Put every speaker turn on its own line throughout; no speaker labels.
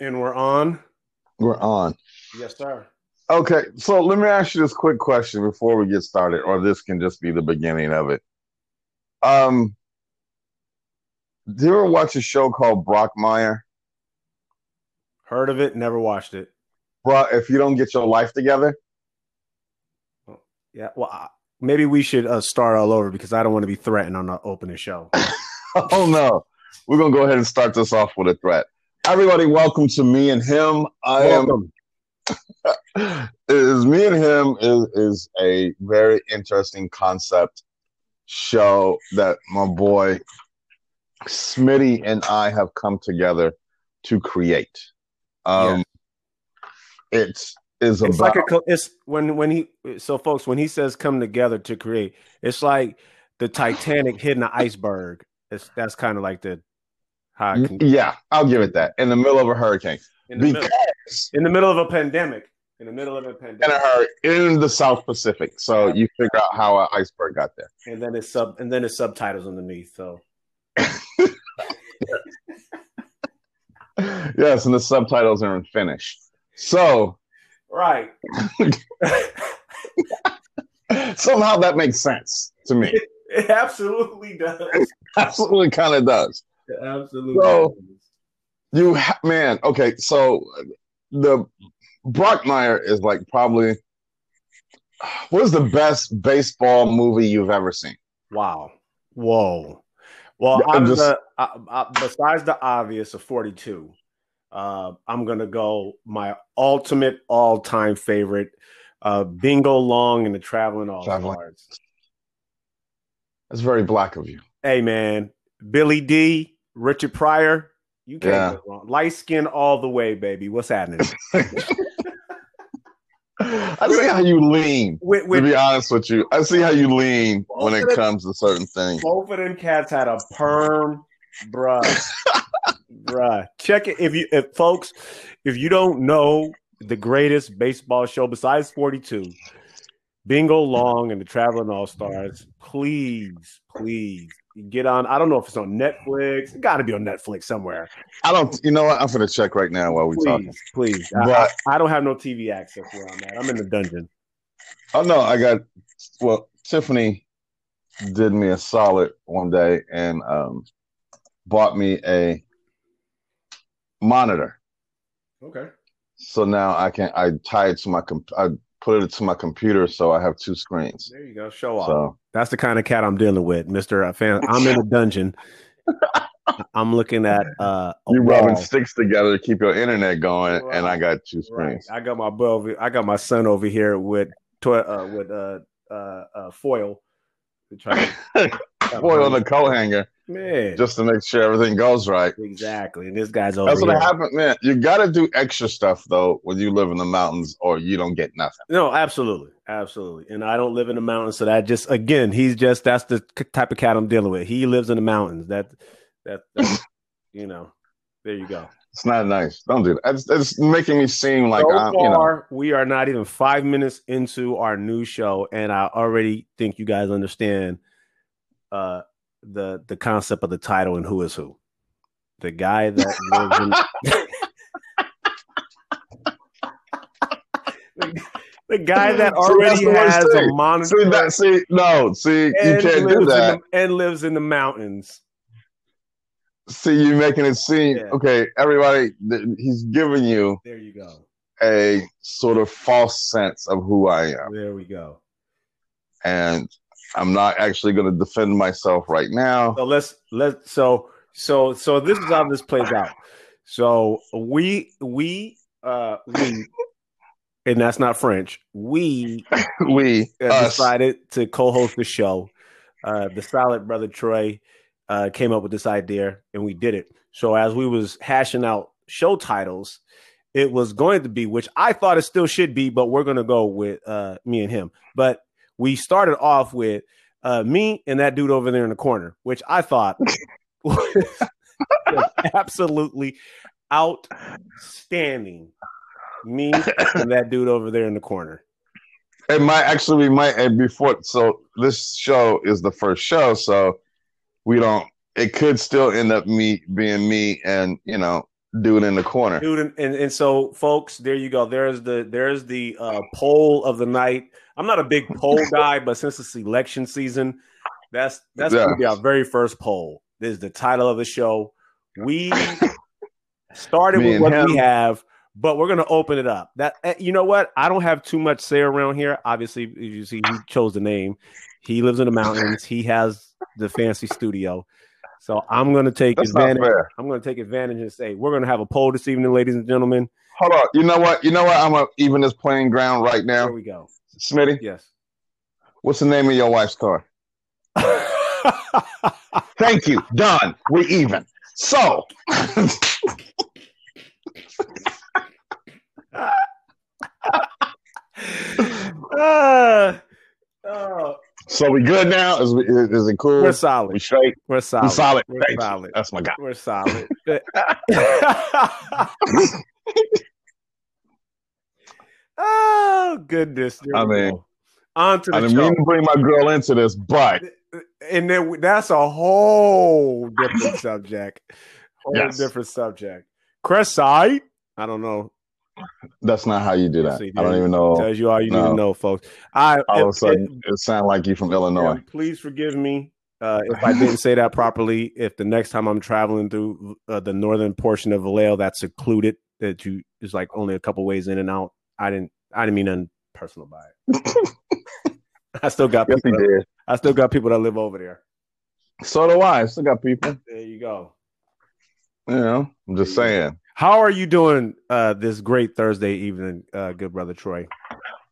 And we're on.
We're on.
Yes, sir.
Okay, so let me ask you this quick question before we get started, or this can just be the beginning of it. Um, do you ever watch a show called Brockmire?
Heard of it? Never watched it.
Bro, if you don't get your life together,
Yeah. Well, I- maybe we should uh, start all over because I don't want to be threatened on the opening show.
oh no, we're gonna go ahead and start this off with a threat. Everybody, welcome to me and him. I am
Welcome.
is me and him is is a very interesting concept show that my boy Smitty and I have come together to create. Um it's is
It's like
about
a. co- It's when when he. So folks, when he says "come together to create," it's like the Titanic hitting the iceberg. It's that's kind of like the. How I can,
yeah, I'll give it that. In the middle of a hurricane.
in, the middle,
because
in the middle of a pandemic. In the middle of a pandemic.
in a hurricane in the South Pacific. So you figure out how an iceberg got there.
and then it's sub and then it's subtitles underneath. So
Yes, and the subtitles are in Finnish. So
right,
somehow that makes sense to me.
it absolutely does.
Absolutely kind of does.
It absolutely.
So-
does.
You ha- man, okay. So the Brockmire is like probably what is the best baseball movie you've ever seen?
Wow. Whoa. Well,
Yeah, I'm
I'm
just-
the, I, I, besides the obvious of 42, uh, I'm going to go my ultimate all time favorite uh, Bingo Long and the Traveling All
Traveling.
Stars.
That's very black of you.
Hey, man. Billy D, Richard Pryor. You can't
Yeah.
go wrong. Light skin all the way, baby. What's happening?
I see how you lean.
with,
To
with
be honest with you, I see how you lean when it comes to certain things.
both of them cats had a perm, bruh. bruh. Check it if you if folks, if you don't know the greatest baseball show besides 42, Bingo Long and the Traveling All Stars, please, please get on. I don't know if it's on Netflix. It gotta be on Netflix somewhere.
I don't. You know what? I'm gonna check right now while we
Please,
talking.
please. I-
But-
I, I don't have no TV access where I'm at. I'm in the dungeon.
Oh no, I got well, Tiffany did me a solid one day and um bought me a monitor.
Okay.
So now I can I tie it to my comp I put it to my computer so I have two screens.
There you go. Show off.
So
That's the kind of cat I'm dealing with, Mister. I'm in a dungeon. I'm looking at uh, a
you rubbing
wall.
sticks together to keep your internet going
Right.
and I got two
Right.
screens.
I got my boy. Over, I got my son over here with toy, uh, with uh, uh, uh, foil. To try to-
Boy on the coat hanger
man.
just to make sure everything goes right.
exactly. And this guy's over
That's what
here.
happened, man. You gotta do extra stuff though when you live in the mountains or you don't get nothing.
No, absolutely, absolutely. And I don't live in the mountains, so that just again, he's just that's the c- type of cat I'm dealing with. He lives in the mountains. That that, that you know. There you go.
It's not nice. Don't do that. It's, it's making me seem like
so
I'm, you know.
far, we are not even five minutes into our new show, and I already think you guys understand uh, the the concept of the title and who is who. The guy that lives in the, the guy that
So that's
already
the worst
has a
thing.
monitor
See that? See, no. See, you can't
lives
do
in
that.
the, and lives in the mountains.
See, you making it seem
Yeah.
okay. Everybody, th- he's giving you
There you go.
a sort of false sense of who I am,
There we go.
and I'm not actually going to defend myself right now.
So let's let so so so this is how this plays out. So we we uh we and that's not French. We
We
uh,
us,
decided to co-host the show. Uh the solid brother Troy uh came up with this idea and we did it. So as we was hashing out show titles, it was going to be which I thought it still should be, but we're going to go with uh me and him. But we started off with uh, me and that dude over there in the corner, which I thought was absolutely outstanding. Me and that dude over there in the corner.
it might actually we might and before. So this show is the first show, so we don't. It could still end up me being me, and you know dude in the corner.
dude and, and, and so folks there you go there's the there's the uh poll of the night i'm not a big poll guy but since it's election season that's that's gonna be our very first poll this is the title of the show we started
Me
with
and
what
him.
we have but we're gonna open it up that eh, you know what i don't have too much say around here obviously as you see he chose the name he lives in the mountains he has the fancy studio so i'm gonna take
That's not
advantage
fair.
I'm going to take advantage and say we're going to have a poll this evening, ladies and gentlemen.
Hold on. You know what? You know what? I'm gonna even this playing ground right
Here
now.
we go.
Smitty,
Yes.
what's the name of your wife's car? Thank you. Done. We even. So
Ah, oh,
so we good now? Is we, is it cool?
we're
We
solid.
straight.
We're
We
solid.
solid.
We're
Thank you.
solid.
That's my guy.
We're solid. oh goodness! There
I
we
mean,
go. on to
I
the
didn't
show,
mean to bring my girl into this, but
and then we- that's a whole different subject. Whole
Yes.
different subject. Cresside. I don't know.
that's not how you do
Yes,
that.
you
I don't
did.
even know.
Tells you all you need
No.
to know, folks. I
All of
if-
a sudden, it sounds like you from Illinois.
And please forgive me uh, if I didn't say that properly. If the next time I'm traveling through uh, the northern portion of Vallejo, that's secluded, that you is like only a couple ways in and out. I didn't. I didn't mean nothing personal by it. I still got
Yes, he
people. that-
did.
I still got people that live over there.
So do I. Still got people.
There you go.
You know, I'm just saying.
How are you doing uh, this great Thursday evening, uh, good brother Troy?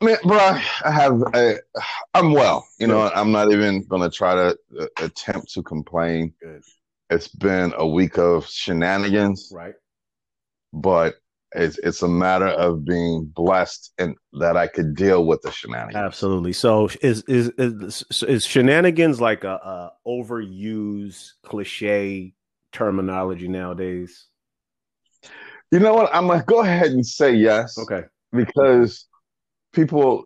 Man, bro, I have. A, I'm well. You know, I'm not even gonna try to uh, attempt to complain.
Good.
It's been a week of shenanigans,
Right.
but it's it's a matter of being blessed and that I could deal with the shenanigans.
Absolutely. So is is is, is shenanigans like a, a overused cliche terminology nowadays?
You know what? I'm gonna go ahead and say yes.
Okay.
because people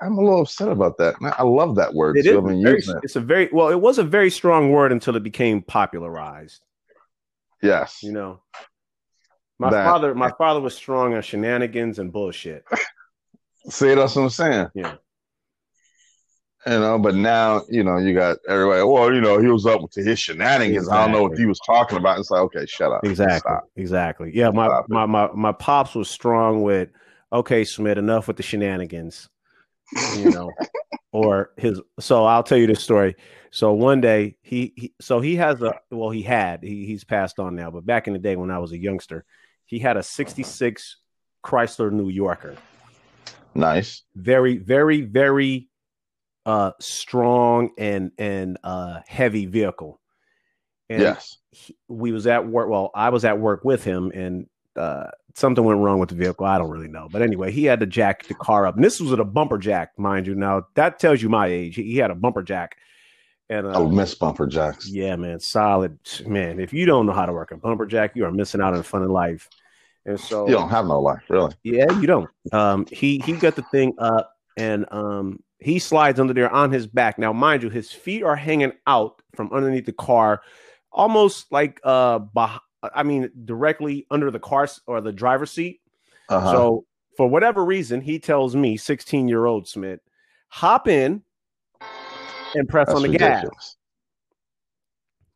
I'm a little upset about that. Man, I love that word.
It
so
is
I've been
very-
using it.
it's a very well, it was a very strong word until it became popularized,
Yes.
you know. My
That-
father my father was strong on shenanigans and bullshit.
See, that's what I'm saying.
Yeah.
You know, but now, you know, you got everybody, well, you know, he was up with his shenanigans. I don't know what
Exactly.
he was talking about. It's like, okay, shut up.
Exactly.
Stop.
Exactly. Yeah, my,
Stop it.
my my my pops was strong with okay, Smith, enough with the shenanigans. you know, or his. So I'll tell you this story. So one day he, he so he has a well, he had he, he's passed on now, but back in the day when I was a youngster, he had a '66 Chrysler New Yorker,
Nice.
very, very, very uh strong and and uh heavy vehicle. And
yes.
he, we was at work. Well, I was at work with him, and uh, something went wrong with the vehicle. I don't really know, but anyway, he had to jack the car up, and this was with a bumper jack, mind you. Now that tells you my age. He, he had a bumper jack, and
I
uh,
miss Bumper Jacks.
yeah, man, solid man. If you don't know how to work a bumper jack, you are missing out on fun in life. And so,
You don't have no life, really.
yeah, you don't. Um, he he got the thing up, and um, he slides under there on his back. Now, mind you, his feet are hanging out from underneath the car, almost like uh, beh- I mean, directly under the car s- or the driver's seat.
Uh-huh.
So, for whatever reason, he tells me, sixteen year old Smith, hop in and press on the gas.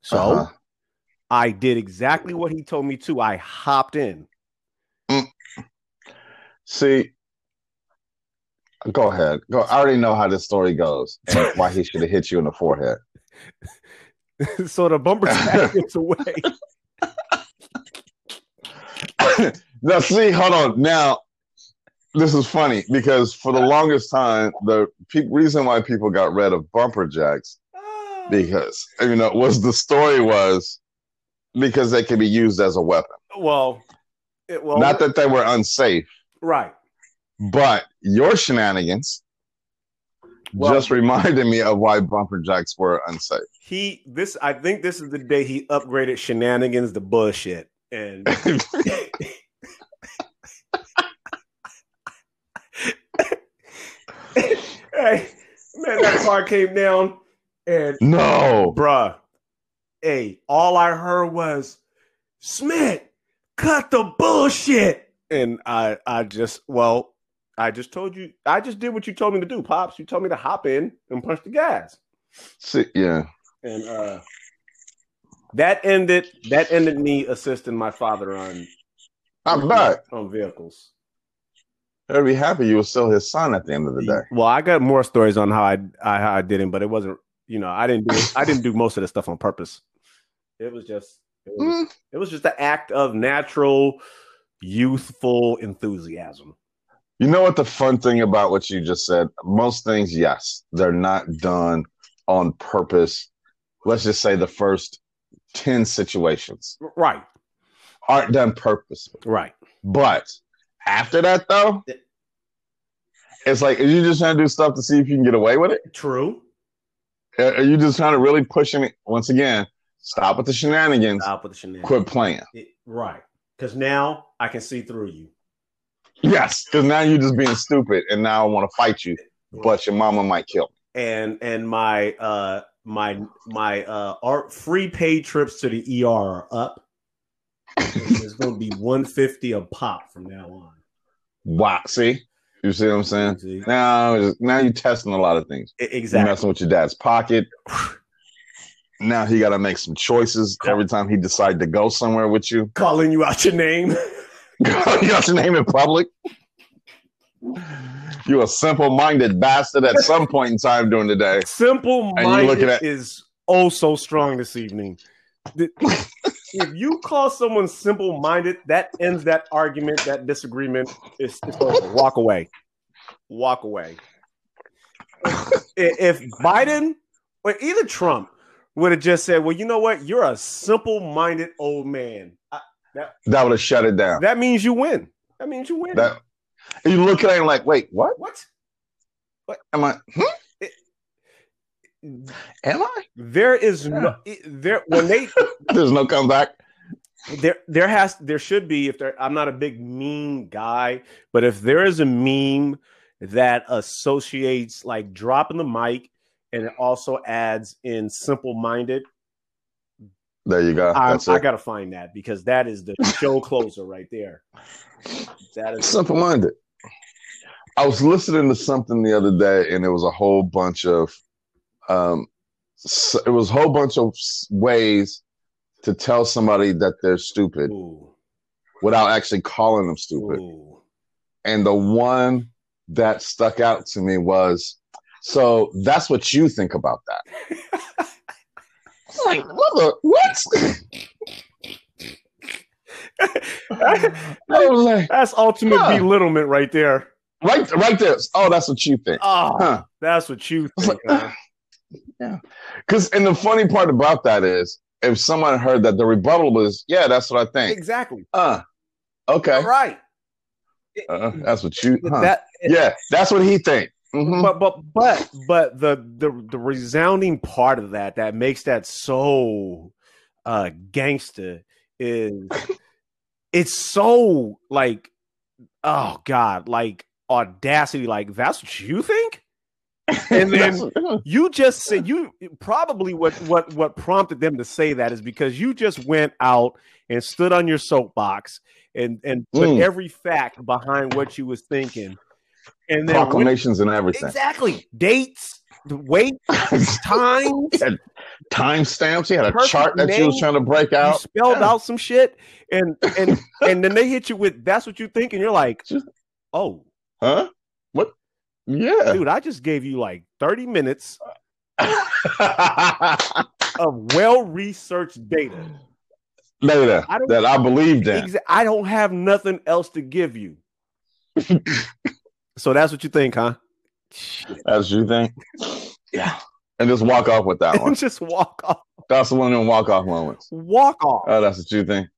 So
Uh-huh.
I did exactly what he told me to. I hopped in.
See, go ahead. Go. I already know how this story goes and why he should have hit you in the forehead.
so the bumper jack gets away.
now, see, hold on. Now, this is funny because for the longest time, the pe- reason why people got rid of bumper jacks because you know was the story was because they could be used as a weapon.
Well, it, well,
Not that they were unsafe,
right.
but your shenanigans
Well-
just reminded me of why bumper jacks were unsafe.
He this I think this is the day he upgraded shenanigans to bullshit, and hey, man, that car came down, and
no.
bruh, hey, all I heard was Smith, cut the bullshit. And I, I just, well, I just told you, I just did what you told me to do, pops. You told me to hop in and punch the gas,
See, yeah.
and uh, that ended. That ended me assisting my father on
I'm back.
on vehicles.
I'd be happy you were still his son at the end of the day.
Well, I got more stories on how I, I how I did it, but it wasn't. You know, I didn't do. It, I didn't do most of the stuff on purpose. It was just. It was,
Mm,
it was just the act of natural, youthful enthusiasm.
You know what the fun thing about what you just said? Most things, yes, they're not done on purpose. Let's just say the first 10 situations
Right.
aren't done purposely.
Right.
But after that, though, it's like, are you just trying to do stuff to see if you can get away with it?
True.
Are are you just trying to really push it? Once again, stop with the shenanigans,
Stop with the shenanigans.
quit playing.
It- right. Because now I can see through you.
Yes, because now you're just being stupid, and now I want to fight you, but your mama might kill.
and and my uh my my uh art free paid trips to the ER are up. it's gonna be one fifty a pop from now on.
me. Wow, see, you see what I'm saying?
See?
Now, it's- now you're testing a lot of things.
E-
You're
Exactly.
messing with your dad's pocket. Now he got to make some choices every time he decide to go somewhere with you.
Calling you out your name.
you got your name in public. You're a simple-minded bastard at some point in time during the day.
Simple
And you looking
minded
at-
is oh so strong this evening. The- if you call someone simple minded, that ends that argument, that disagreement. It's, it's over. Walk away. Walk away. I- If Biden or either Trump would have just said, "Well, you know what? You're a simple minded old man," I-
That would have shut it down.
that means you win. That means you win.
That you look at him like, wait, what?
what?
Am I? Hmm? Am I?
There is no it- there when they
There's no comeback.
there there has there should be if there i'm not a big meme guy but if there is a meme that associates like dropping the mic and it also adds in simple minded
There you go.
i
That's
i
it.
gotta find that because that is the show closer right there that is
Simple minded. I was listening to something the other day, and it was a whole bunch of, um, s- it was a whole bunch of s- ways to tell somebody that they're stupid
ooh,
without actually calling them stupid.
ooh.
And the one that stuck out to me was, so that's what you think about that. It's like, mother, what? I was like,
that's ultimate
Huh.
belittlement right there
right, right there. Oh, that's what you think.
oh
Huh.
that's what you
It's
think
like,
huh?
Because, and the funny part about that is, if someone heard that, the rebuttal was, "Yeah, that's what I think."
exactly
Uh, okay,
right
uh, that's what you. Huh.
that
yeah, that's what he think. Mhm.
but but but but the the the resounding part of that that makes that so uh gangster is it's so like oh god like audacity like that's what you think and
That's-
you just said you probably what what what prompted them to say that is because you just went out and stood on your soapbox and and put
Mm.
every fact behind what you was thinking and then went
proclamations and everything,
Exactly. Dates, the wait, times.
timestamps. He had a
Perfect
chart that you was
name.
trying to break
You
out.
spelled
Yeah.
out some shit, and and and then they hit you with that's what you think, and you're like,
Just-
oh,
Huh? What? Yeah.
dude, I just gave you like 30 minutes of well researched data.
Later,
I don't-
that I believed in.
Exa- I don't have nothing else to give you. so that's what you think, huh?
That's what you think. Yeah. And just walk off with that one.
And just walk off.
That's one of them walk off moments.
Walk off.
Oh, that's what you think.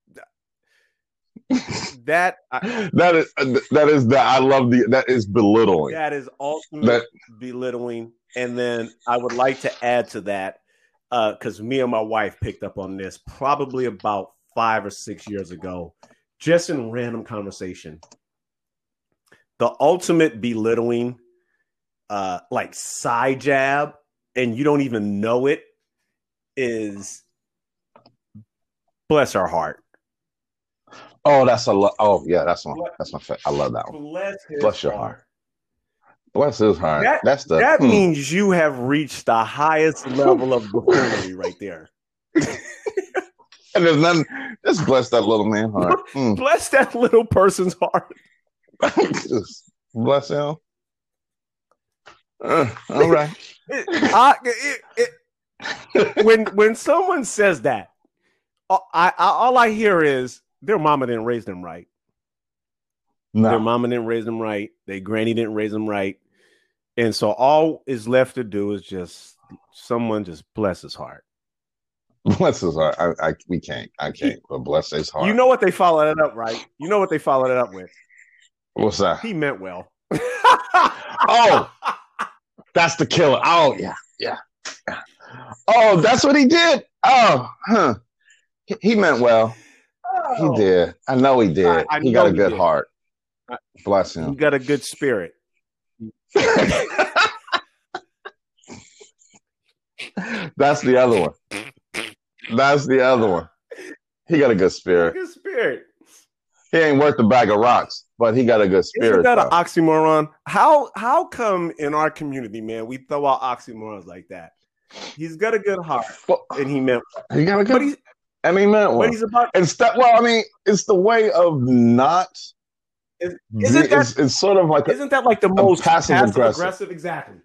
that I,
That is uh, that is that I love the that is belittling.
That is ultimate
That-
belittling. And then I would like to add to that because me and my wife picked up on this probably about five or six years ago, just in random conversation. The ultimate belittling, uh, like side jab, and you don't even know it, is bless our heart.
Oh, that's a lo- oh yeah, that's one. That's my fa- I love that one.
Bless, his
Bless your heart. Bless his heart.
That-
that's the
That
hmm.
means you have reached the highest level of buffoonery right there.
and there's nothing. Just bless that little man heart. Hmm.
Bless that little person's heart.
Just bless him. Uh, all right.
It- I- it- it- when when someone says that, all I, I all I hear is their mama didn't raise them right. Their
No.
mama didn't raise them right. Their granny didn't raise them right. And so all is left to do is just someone just bless his heart.
Bless his heart. I, I we can't. I can't. But bless his heart.
You know what they followed it up, right? You know what they followed it up with.
what's that?
He meant well.
Oh, that's the killer. Oh, yeah, yeah. yeah. Oh, that's what he did. Oh, huh. He, he meant well. He did. I know he did.
I- Oh. I
he got
know
a
he
good
did.
heart.
I-
Bless
You
him.
got a good spirit.
that's the other one. That's the other one. He got a good spirit.
Good spirit.
He ain't worth a bag of rocks, but he got a good
Isn't
spirit.
that an
though.
oxymoron? How how come in our community, man, we throw out oxymorons like that? He's got a good heart,
Well,
and he meant,
he got a good.
but he's
and he meant well.
but he's about
It's that. Well, I mean, it's the way of not.
Is-
be-
isn't that-
it's, it's sort of like a-
Isn't that like the most
passive
passive,
aggressive.
aggressive? Exactly.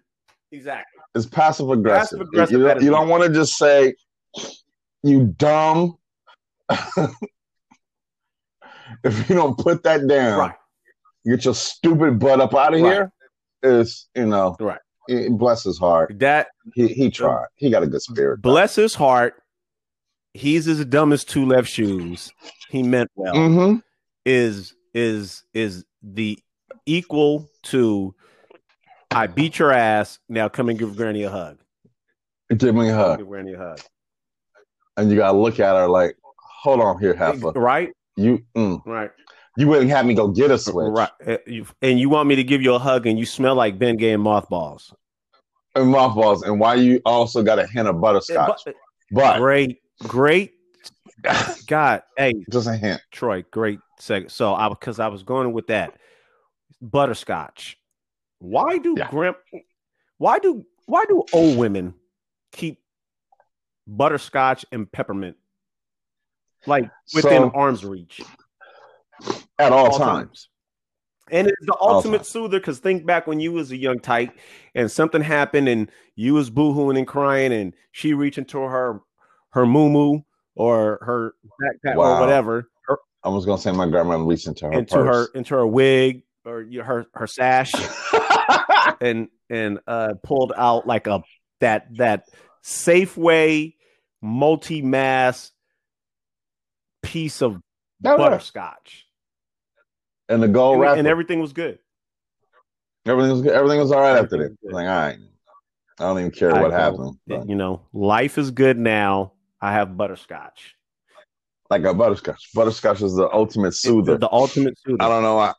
Exactly.
it's passive aggressive.
Passive-aggressive
you, don't, you
attitude.
don't want to just say, "You dumb." if you don't put that down,
Right.
get your stupid butt up out of
Right.
here. Is you know,
Right.
It, bless his heart.
That
He he tried. He got a good spirit.
bless his heart. He's as dumb as two left shoes. He meant well.
Mm-hmm.
Is is is the equal to I beat your ass. Now come and give Granny a hug.
Give me a
Come
hug,
Give Granny a hug.
and you gotta look at her like, "Hold on here, Heifer.
Right.
You mm,
Right.
you wouldn't have me go get a switch,
Right. Uh, you- And you want me to give you a hug, and you smell like Ben Gay and mothballs.
and mothballs, and why you also got a hint of butterscotch, but,
Great. Great. God. Hey.
just a hint.
Troy, great seg. So I because I was going with that butterscotch. Why do
Yeah.
grand? Why do why do old women keep butterscotch and peppermint like within
So-
arm's reach
At all,
all
times.
times? And it's the
All
ultimate
times.
soother because think back when you was a young tyke and something happened and you was boohooing and crying and she reaching to her her moo or her backpack
Wow.
or whatever her,
I was gonna say my grandma reached into her
into her
purse.
into her wig or y- her her sash
Her...
and and uh pulled out like a that that Safeway multi mass piece of
Oh,
butterscotch
and the gold
and,
wrapper.
and everything was good.
everything was good. Everything was all right after that.
Everything was good.
Like, all right. I don't even care
I
what
don't-
happened. but-
You know, life is good now. I have butterscotch,
Like a butterscotch. Butterscotch is the ultimate soother.
the ultimate soother.
I don't know. I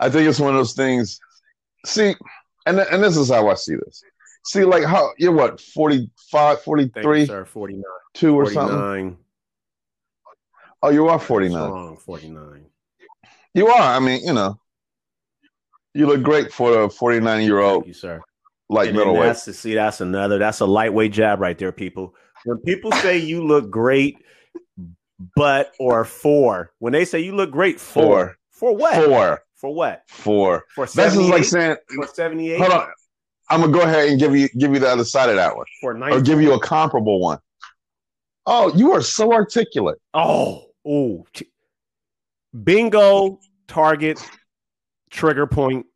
I think it's one of those things. See, and and this is how I see this. See, like how you're what 45,
Thank
43,
you, sir. 49,
two or something.
49
Oh, you are forty nine.
strong, 49.
Oh, You are. I mean, you know, you look great for a forty nine year
Thank
old
you, sir.
like
And then
middleweight.
That's see, that's another. That's a lightweight jab right there, people. When people say you look great, but or for when they say you look great for
Four,
for what
four,
for what
four.
for
That's
seventy
just like
eight
saying,
for seventy eight
hold on. I'm gonna go ahead and give you give you the other side of that one,
for
or
ninety.
give you a comparable one. Oh, you are so articulate.
Oh, oh, t- bingo! Target trigger point.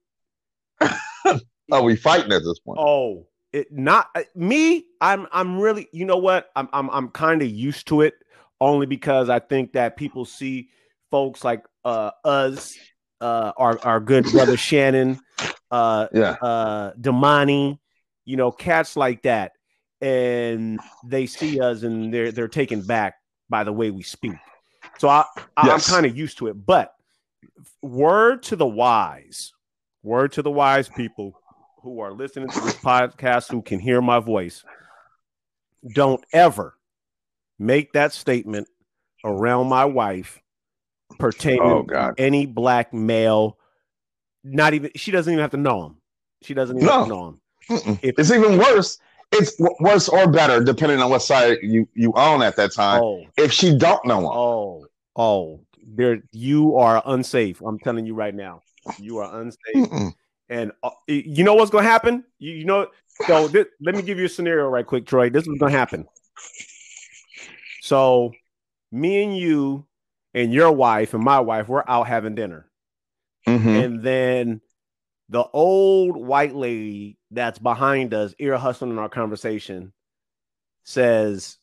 Oh, we fighting at this point.
Oh, it not uh, me. I'm I'm really you know what? I'm I'm I'm kind of used to it only because I think that people see folks like uh us uh our our good brother Shannon uh
Yeah,
uh Damani, you know, cats like that and they see us and they're they're taken back by the way we speak. So I, I
Yes.
I'm kind of used to it, but word to the wise, word to the wise people who are listening to this podcast who can hear my voice, don't ever make that statement around my wife pertaining
Oh God.
to any black male. Not even she doesn't even have to know him. She doesn't even
No.
have to know him.
Mm-mm.
If-
it's even worse. It's w- worse or better depending on what side you you own at that time.
Oh,
If she don't know him,
oh, oh. There you are unsafe. I'm telling you right now. You are unsafe.
Mm-mm.
And uh, y- you know what's gonna happen? You, you know, so thi- let me give you a scenario right quick, Troy. This is gonna happen. So, me and you and your wife and my wife, we're out having dinner,
Mhm.
and then the old white lady that's behind us, ear hustling our conversation, says,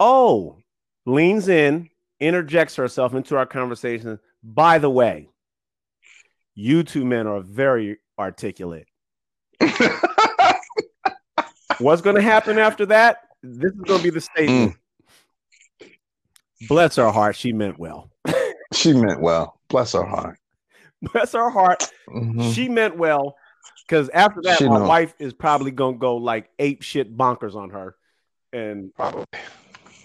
"Oh," leans in, interjects herself into our conversation. By the way, you two men are very articulate. What's going to happen after that? This is going to be the statement. Bless her heart, she meant well.
she meant well. Bless her heart.
Bless her heart,
Mhm.
she meant well. Because after that,
She
my
know.
wife is probably going to go like ape shit bonkers on her, and
Probably.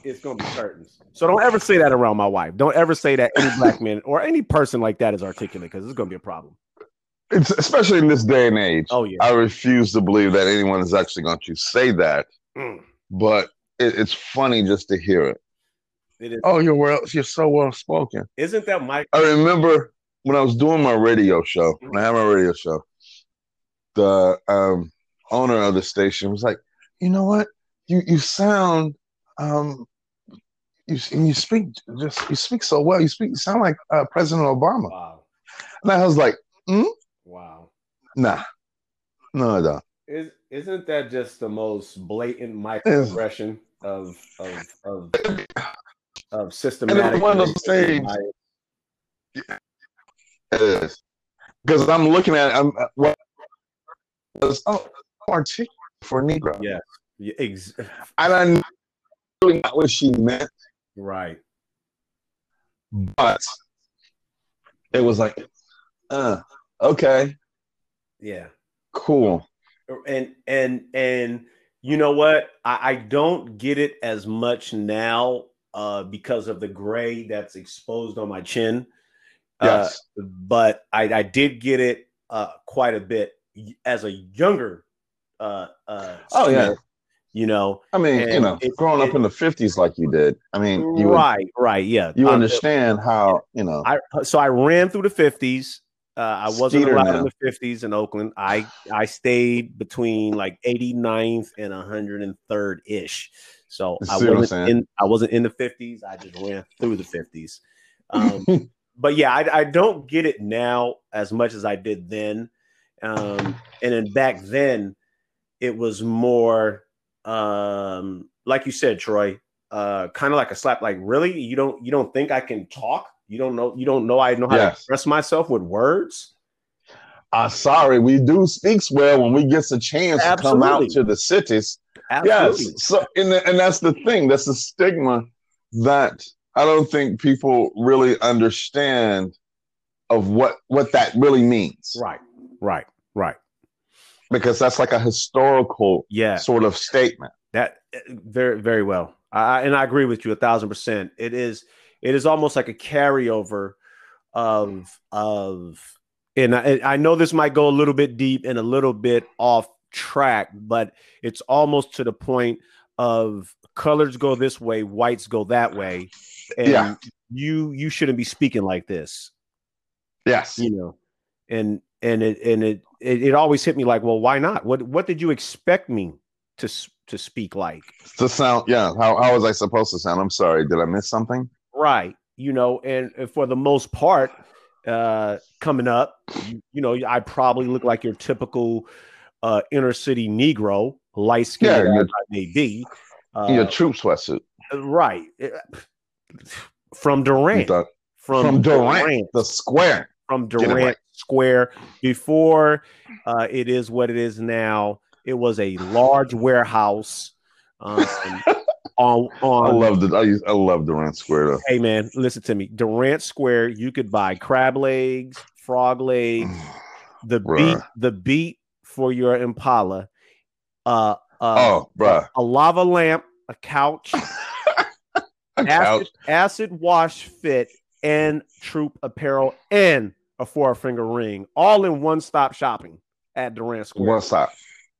it's going to be curtains. So don't ever say that around my wife. Don't ever say that any black man or any person like that is articulate because it's going to be a problem.
It's especially in this day and age.
Oh yeah,
I refuse to believe that anyone is actually going to say that,
Mm.
but it, it's funny just to hear it.
it is.
Oh, you're well, you're so well spoken.
Isn't that Mike?
I remember when I was doing my radio show, when I had my radio show, the um, owner of the station was like, you know what? You you sound um you and you speak just you speak so well. You speak you sound like uh, President Obama.
Wow,
And I was like,
wow.
nah, no, I don't.
Is isn't that just the most blatant microaggression
microaggression
of of of of
And
systematic?
it's one of those things. It is because I'm looking at I'm uh, what was oh articulate for Negro.
Yeah. Yeah, ex-
And I know really not what she meant,
right.
but it was like, uh, okay,
Yeah.
cool.
And and and you know what? I, I don't get it as much now uh, because of the gray that's exposed on my chin. Uh,
Yes.
but I, I did get it uh, quite a bit y- as a younger. Uh, uh,
Oh, yeah.
student, You know,
I mean, you
and
know,
it-
growing
it-
up in the fifties like you did, I mean, you would-
right, right, yeah.
you
Um,
understand how you know.
I uh, so I ran through the fifties. Uh, I wasn't
Skeeter
allowed in
now.
the fifties in Oakland. I I stayed between like 89th and 103rd ish. So
You
I
see what I'm
wasn't
saying?
in I wasn't in the fifties. I just ran through the fifties. Um, but yeah, I, I don't get it now as much as I did then. Um, and then back then, it was more um, like you said, Troy, uh, kind of like a slap. Like, really, you don't you don't think I can talk? You don't know you don't know I know how to
Yes.
express myself with words?
I'm sorry, we do speaks well when we gets a chance to come out
Absolutely.
to the cities.
Absolutely.
Yes. So, and, the, and that's the thing. That's the stigma that I don't think people really understand of what what that really means,
Right. Right. Right.
because that's like a historical
Yeah.
sort of statement.
That uh, very very well. I, and I agree with you a thousand percent. It is it is almost like a carryover of of and I, I know this might go a little bit deep and a little bit off track, but it's almost to the point of colors go this way, whites go that way, and
Yeah.
you you shouldn't be speaking like this
Yes.
you know and and it and it, it it always hit me like well why not what what did you expect me to s- to speak like
To sound. Yeah. How how was I supposed to sound? I'm sorry. Did I miss something?
right you know and, and for the most part uh coming up you, you know i probably look like your typical uh inner city negro light skinned
Yeah,
as
you're-
i may be uh,
Your troop sweatsuit.
right eh, from durant
The-
from,
from Durant,
durant
the square.
from
it
Durant
right.
Square before uh, it is what it is now. It was a large warehouse um, on
I
on.
love the I, used- I love Durant Square though.
hey man, listen to me. Durant Square, you could buy crab legs, frog legs, the beat,
Mm, Bruh.
the beat for your Impala, uh, uh,
Oh, bruh.
a lava lamp, a couch,
A couch.
acid, acid wash fit, and Troop Apparel and a four finger ring, all in one stop shopping at Durant Square.
One stop.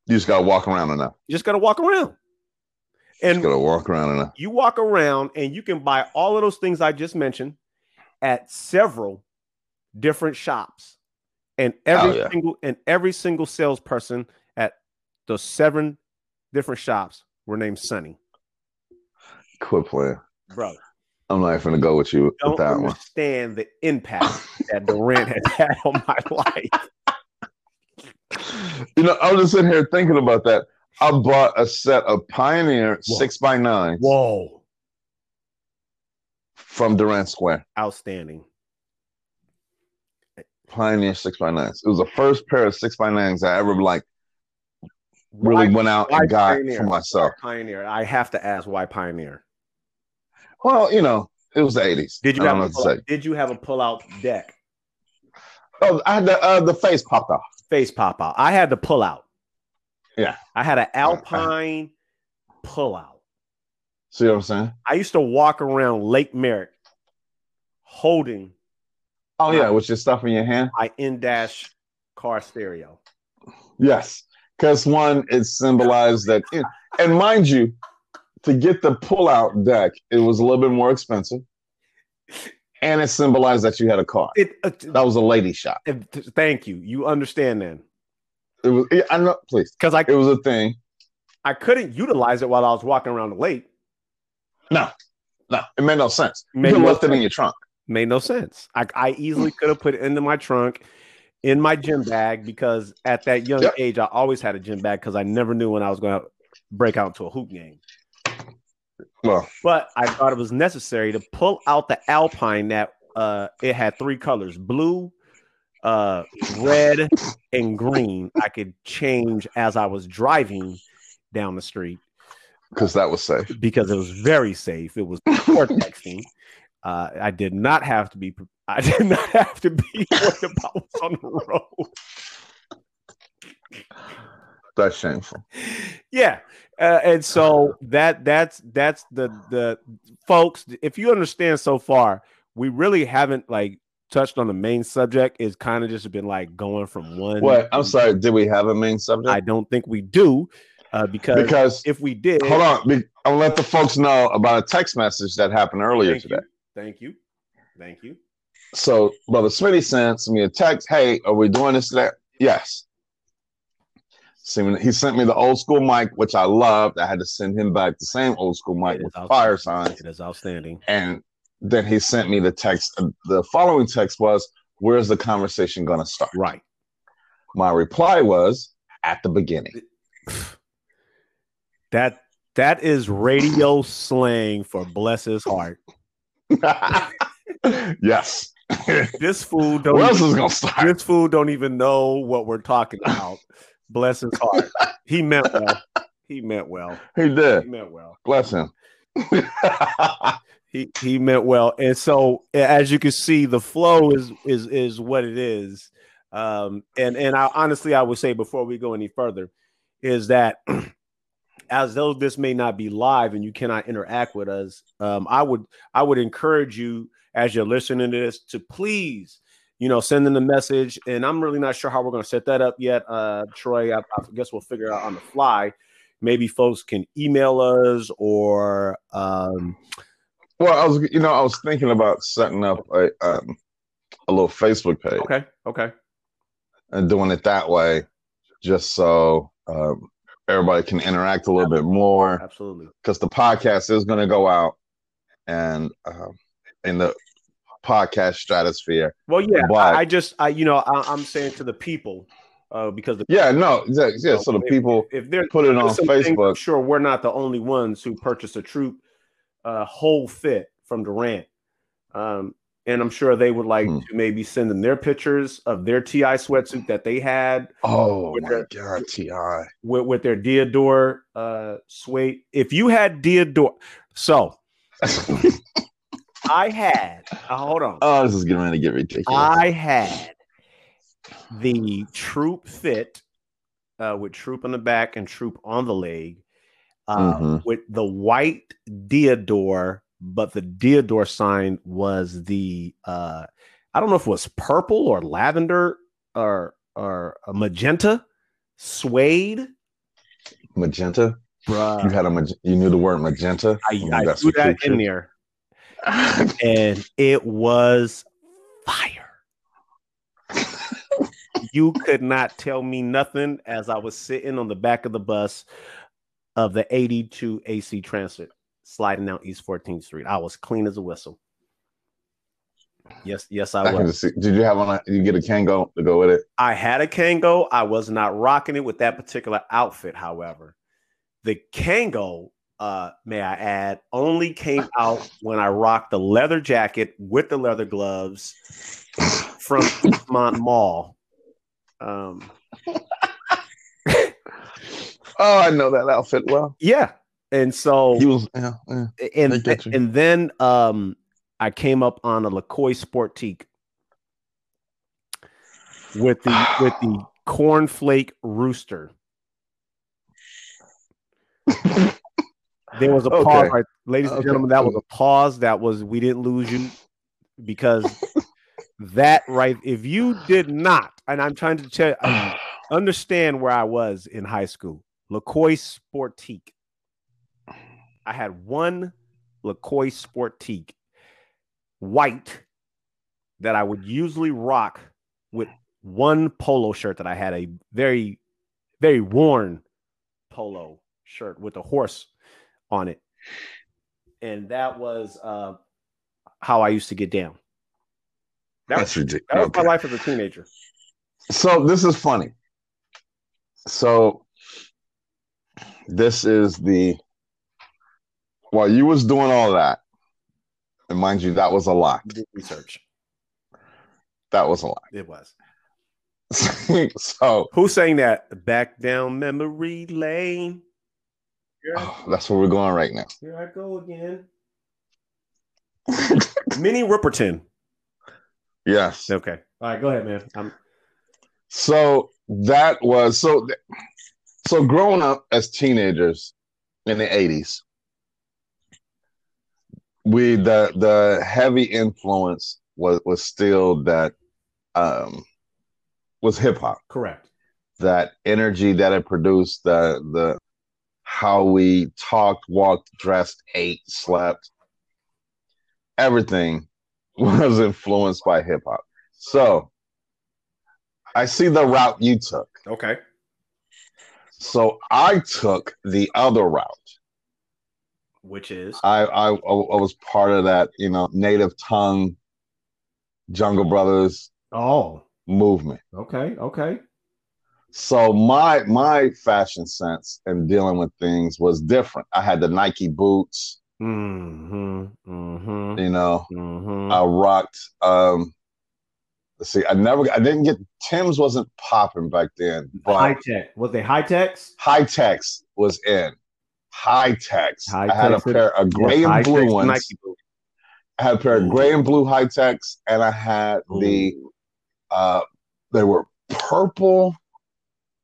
You just gotta walk around enough.
You just gotta walk around.
You just
And
gotta walk around enough.
you walk around and you can buy all of those things I just mentioned at several different shops. And every
Oh, yeah.
single and every single salesperson at those seven different shops were named Sunny.
Quit playing.
Brother,
I'm not even gonna go with you
don't
with that one.
understand the impact that Durant has had on my life.
You know, I was just sitting here thinking about that. I bought a set of Pioneer
Whoa.
six by nine
Whoa.
from Durant Square.
Outstanding.
Pioneer six by nines. It was the first pair of six by nines I ever like really
Why-
went out
why
and got
Pioneer?
for myself.
Pioneer. I have to ask why Pioneer.
Well, you know, it was the eighties.
Did you
I
have
don't
a
know what to
pull-out-
say.
did you have a pullout deck?
Oh, I had the uh, the face popped off.
Face pop out. I had the pullout.
Yeah.
I had an Alpine pullout.
See what I'm saying?
I used to walk around Lake Merritt holding
Oh yeah, with your stuff in your hand.
my in dash car stereo.
Yes, because one, it symbolized that, and mind you, to get the pull-out deck, it was a little bit more expensive, and it symbolized that you had a car.
It, uh,
That was a lady shop.
uh, th- thank you. You understand then.
It was. yeah, I know. Please,
Because I,
it was a thing.
I couldn't utilize it while I was walking around the lake.
No, it made no sense. You
Made
could have
no
left it in your trunk.
made no sense. I, I easily could have put it into my trunk, in my gym bag, because at that young
Yep.
age, I always had a gym bag because I never knew when I was going to break out into a hoop game.
Well,
But I thought it was necessary to pull out the Alpine that uh, it had three colors blue, uh, red, and green. I could change as I was driving down the street
because that was safe.
because it was very safe. It was before texting. Uh, I did not have to be. I did not have to be worried about what's on the road.
That's shameful.
Yeah, uh, and so that that's that's the the folks. If you understand so far, we really haven't like touched on the main subject. It's kind of just been like going from one.
What? I'm sorry. Did we have a main
I
subject?
don't think we do uh, because,
Because
if we did,
hold on, be- I'll let the folks know about a text message that happened earlier
Thank
today.
you, thank you, thank you.
So, Brother Smitty sends me a text. Hey, are we doing this today? Yes. See, He sent me the old school mic, which I loved. I had to send him back the same old school mic
It is
with
outstanding.
fire signs.
It is outstanding.
And then he sent me the text. uh, The following text was, Where's the conversation going to start?
Right.
My reply was, At the beginning.
That that is radio slang for bless his heart.
yes.
This fool don't
Where else
even,
is going to start?
this fool don't even know what we're talking about. bless his heart. He meant well. He meant well.
He
He
did.
meant well.
Bless him.
He he meant well. And so as you can see, the flow is is is what it is. Um and and I honestly I would say before we go any further is that as though this may not be live and you cannot interact with us, um, I would I would encourage you as you're listening to this to please, you know, send in a message. And I'm really not sure how we're going to set that up yet, uh, Troy. I, I guess we'll figure out on the fly. Maybe folks can email us or um,
Well, I was, you know, I was thinking about setting up a um, a little Facebook page
okay, okay,
and doing it that way, just so um, everybody can interact a little bit more.
absolutely,
Because the podcast is going to go out, and um, in the podcast stratosphere.
Well, yeah,
But-
I, I just I you know I, I'm saying to the people uh, because the
Yeah, no, yeah, yeah. So the people
if they're
put it on
There's some things- I'm
Facebook.
sure we're not the only ones who purchased a troop uh, whole fit from Durant. Um, and I'm sure they would like
Hmm.
to maybe send them their pictures of their TI sweatsuit that they had
Oh
with
my God, Ti.
with, with their Diodore uh, suede. If you had Diodore, so I had, uh, hold on,
oh, this is getting ready to get ridiculous.
I had the troop fit uh, with troop on the back and troop on the leg. Uh,
Mhm.
with the white Diodore but the Deodore sign was the uh, I don't know if it was purple or lavender or or a magenta, suede,
Magenta. You
bruh.
had a mag- you knew the word magenta.
I,
Ooh,
I
Oh, that's
threw
some
that
cool
in
shit.
there, and it was fire. you could not tell me nothing as I was sitting on the back of the bus of the 82 AC Transit sliding down East 14th Street. I was clean as a whistle. Yes, yes, I
I can
was.
just see. Did you have one? You get a Kango to go with it?
I had a Kango. I was not rocking it with that particular outfit, however. The Kango, uh, may I add, only came out when I rocked the leather jacket with the leather gloves from Mont Mall. Um,
Oh, I know that outfit well.
yeah. And so
You was yeah, yeah. I
and
get you.
and then um I came up on a LaCroix Sportique with the with the cornflake rooster. There was a
Okay.
pause, right, ladies and
Okay.
gentlemen. That was a pause. That was we didn't lose you because that right. If you did not, and I'm trying to check, understand where I was in high school. LaCroix Sportique. I had one LaCroix Sportique white that I would usually rock with one polo shirt that I had a very, very worn polo shirt with a horse on it. And that was uh, how I used to get down. That was,
That's ridiculous.
that was my life as a teenager.
So this is funny. So this is the while you was doing all that, and mind you, that was a lot.
Did Research.
That was a lot.
It was.
so
Who sang that? Back down memory lane. Here, I-
oh, that's where we're going right now.
here I go again. Minnie Riperton.
Yes.
Okay. All right, go ahead, man. I'm,
So that was so. th- So growing up as teenagers in the eighties, we the the heavy influence was was still that um was hip hop.
correct.
That energy that it produced, the the how we talked, walked, dressed, ate, slept, everything was influenced by hip hop. So I see the route you took.
Okay.
So I took the other route.
Which is
I I, I was part of that, you know, native tongue Jungle Brothers
oh,
movement.
okay, okay.
So my my fashion sense and dealing with things was different. I had the Nike boots,
Mm-hmm. Mm-hmm.
you know.
Mm-hmm.
I rocked um let's see, I never I didn't get Tim's wasn't popping back then,
high
but
tech. Was they high techs?
high text was in. High text. I had a
High-tex-
pair of gray
High
and blue
techs,
ones.
Nike boot.
I had a pair of gray and blue high techs, and I had the
Ooh.
uh they were purple,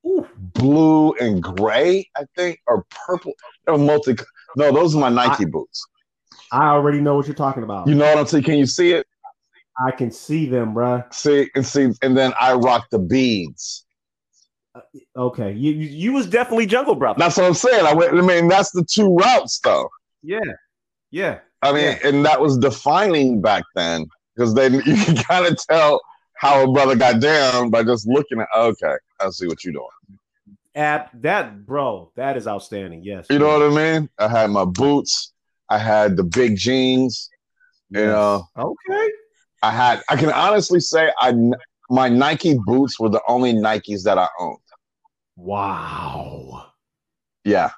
Ooh.
blue, and gray, I think, or purple. They were multi no, those are my Nike boots.
I already know what you're talking about.
You know what I'm saying? Can you see it?
I can see them, bruh.
See and see, and then I rocked the beads.
Okay. You you, you was definitely Jungle Brother.
That's what I'm saying. I went, I mean, that's the two routes though.
Yeah. Yeah.
I mean,
Yeah.
and that was defining back then because then you can kind of tell how a brother got down by just looking at okay, I see what you're doing.
App that bro, that is outstanding. Yes.
You know what I mean? I had my boots. I had the big jeans. You know,
Okay.
I had. I can honestly say, I n- my Nike boots were the only Nikes that I owned.
Wow.
Yeah,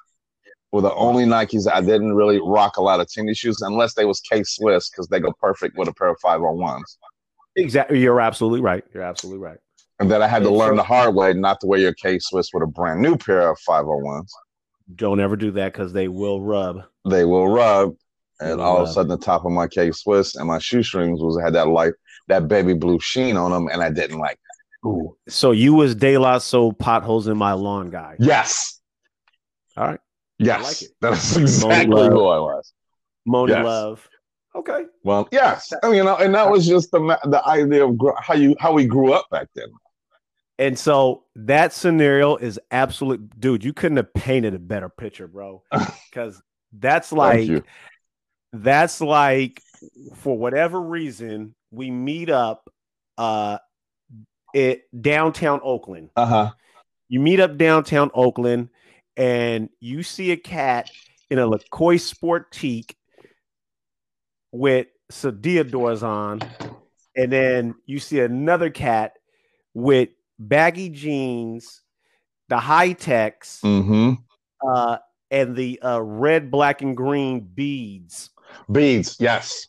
were the only Nikes I didn't really rock a lot of tennis shoes unless they was K Swiss because they go perfect with a pair of five hundred ones.
Exactly. You're absolutely right. You're absolutely right.
And then I had to
Yeah,
learn
so-
the hard way not to wear your K Swiss with a brand new pair of five hundred ones.
Don't ever do that because they will rub.
They will rub. And
Will
all of a
rub.
sudden, the top of my K Swiss and my shoestrings was had that light, that baby blue sheen on them, and I didn't like.
Ooh. So you was De La Soul potholes in my lawn guy.
Yes.
All right.
Yes.
I like it.
That's exactly
Love.
who I was.
Moni
Yes.
Love. Okay.
Well, yes, and, you know, and that was just the ma- the idea of gr- how you how we grew up back then.
And so that scenario is absolute, dude. You couldn't have painted a better picture, bro. Because that's
Thank
like
you.
that's like for whatever reason we meet up, uh, it downtown Oakland.
Uh huh.
you meet up downtown Oakland and you see a cat in a LaCroix Sportique with Sadia doors on, and then you see another cat with baggy jeans, the high techs,
Mm-hmm.
uh, and the uh, red, black, and green beads.
Beads. Yes.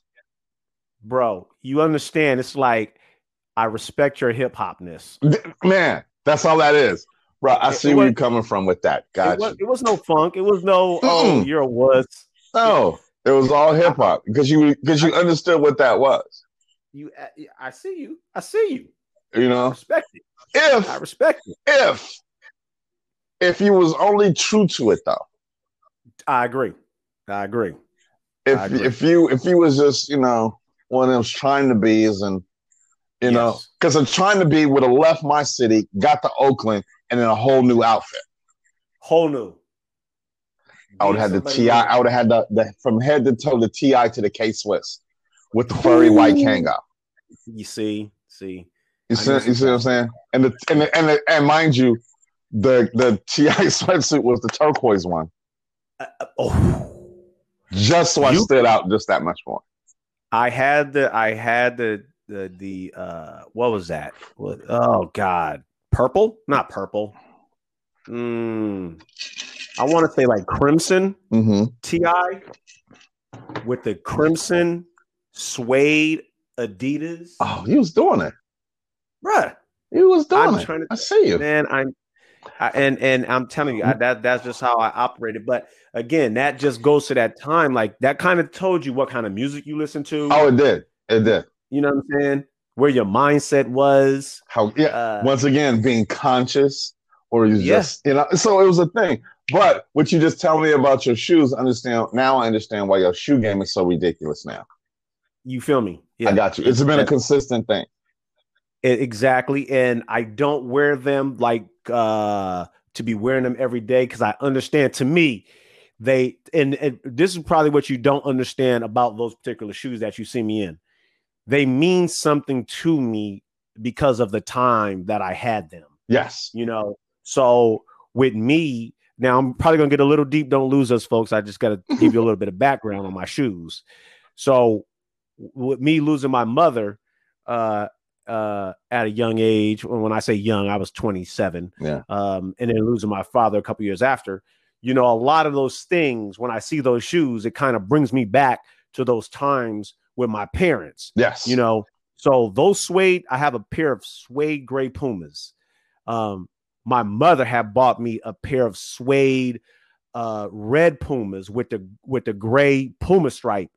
Bro, you understand? It's like, I respect your hip hopness.
Th- Man, that's all that is, bro. I
It-
see
it
where
was-
you're coming from with that.
It,
Gotcha.
was, it was no funk. It was no, oh,
Mm-mm.
you're a wuss.
No, Oh, it was all hip hop because you because you understood what that was.
You, uh, I see you. I see you.
You
I
know,
respect it.
if
I respect it.
if if you was only true to it though,
I agree. I agree. I
if
agree.
if you if you was just you know one of those trying to be's and you know
Yes.
because a trying to be would have left my city, got to Oakland, and in a whole new outfit.
Whole new.
I would have had the
Somebody
Ti.
new.
I would have had the, the from head to toe the Ti to the K Swiss with the furry white Kangol.
You see, see.
You
I
see,
know
you see what I'm saying? And the and the, and, the, and mind you, the the Ti sweatsuit was the turquoise one,
Uh, uh, oh,
just so I
You-
stood out just that much more.
I had the. I had the. The. The. Uh, what was that? What, oh God, purple? Not purple. Mm, I want to say like crimson
hmm
Ti with the crimson suede Adidas.
Oh, you was doing it.
Bruh,
You was doing
I'm
it.
trying to-
I see you.
man i'm I, and and i'm telling you I, that that's just how i operated but again that just goes to that time like that kind of told you what kind of music you listen to
Oh, it did. It did.
you know what i'm saying where your mindset was
How? Yeah.
uh,
Once again, being conscious, or you
Yeah.
just you know. So it was a thing. But what you just tell me about your shoes, understand now? I understand why your shoe game is so ridiculous now.
you feel me
I got you. It's been a
That-
consistent thing.
e- exactly and i don't wear them like uh to be wearing them every day because i understand to me they and, and this is probably what you don't understand about those particular shoes that you see me in they mean something to me because of the time that i had them
Yes.
you know so with me now i'm probably going to get a little deep don't lose us folks i just got to give you a little bit of background on my shoes so w- with me losing my mother uh uh at a young age when when i say young i was 27
Yeah.
um and then losing my father a couple years after you know a lot of those things when i see those shoes it kind of brings me back to those times with my parents
Yes.
you know so those suede i have a pair of suede gray pumas um my mother had bought me a pair of suede uh red pumas with the with the gray puma stripe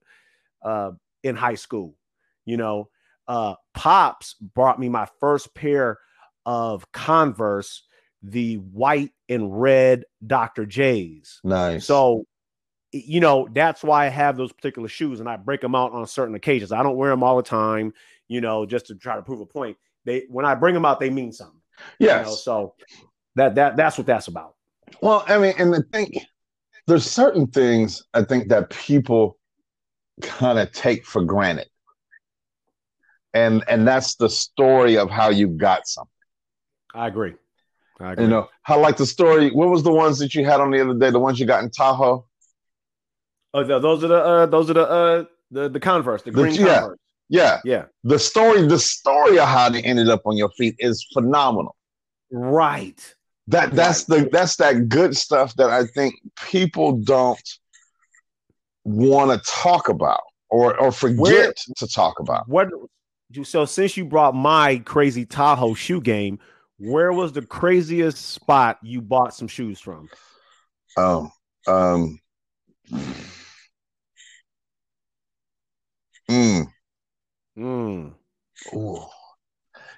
uh in high school you know uh pops brought me my first pair of converse the white and red dr j's
Nice.
so, y- you know, that's why I have those particular shoes and I break them out on certain occasions. I don't wear them all the time, you know, just to try to prove a point. They when I bring them out, they mean something.
yes.
You know, so that that that's what that's about.
Well, I mean, and the thing, there's certain things I think that people kind of take for granted, and and that's the story of how you got something.
I agree. I agree.
You know, how like the story. What was the ones that you had on the other day? The ones you got in Tahoe.
oh, th- those are the uh, those are the uh the, the Converse, the
The-
green
yeah.
Converse.
Yeah,
Yeah.
the story, the story of how they ended up on your feet is phenomenal.
Right.
That that's the that's that good stuff that I think people don't want to talk about or or forget
Where-
to talk about.
What so since you brought my crazy Tahoe shoe game, where was the craziest spot you bought some shoes from?
Oh, um, mm,
Mm.
ooh.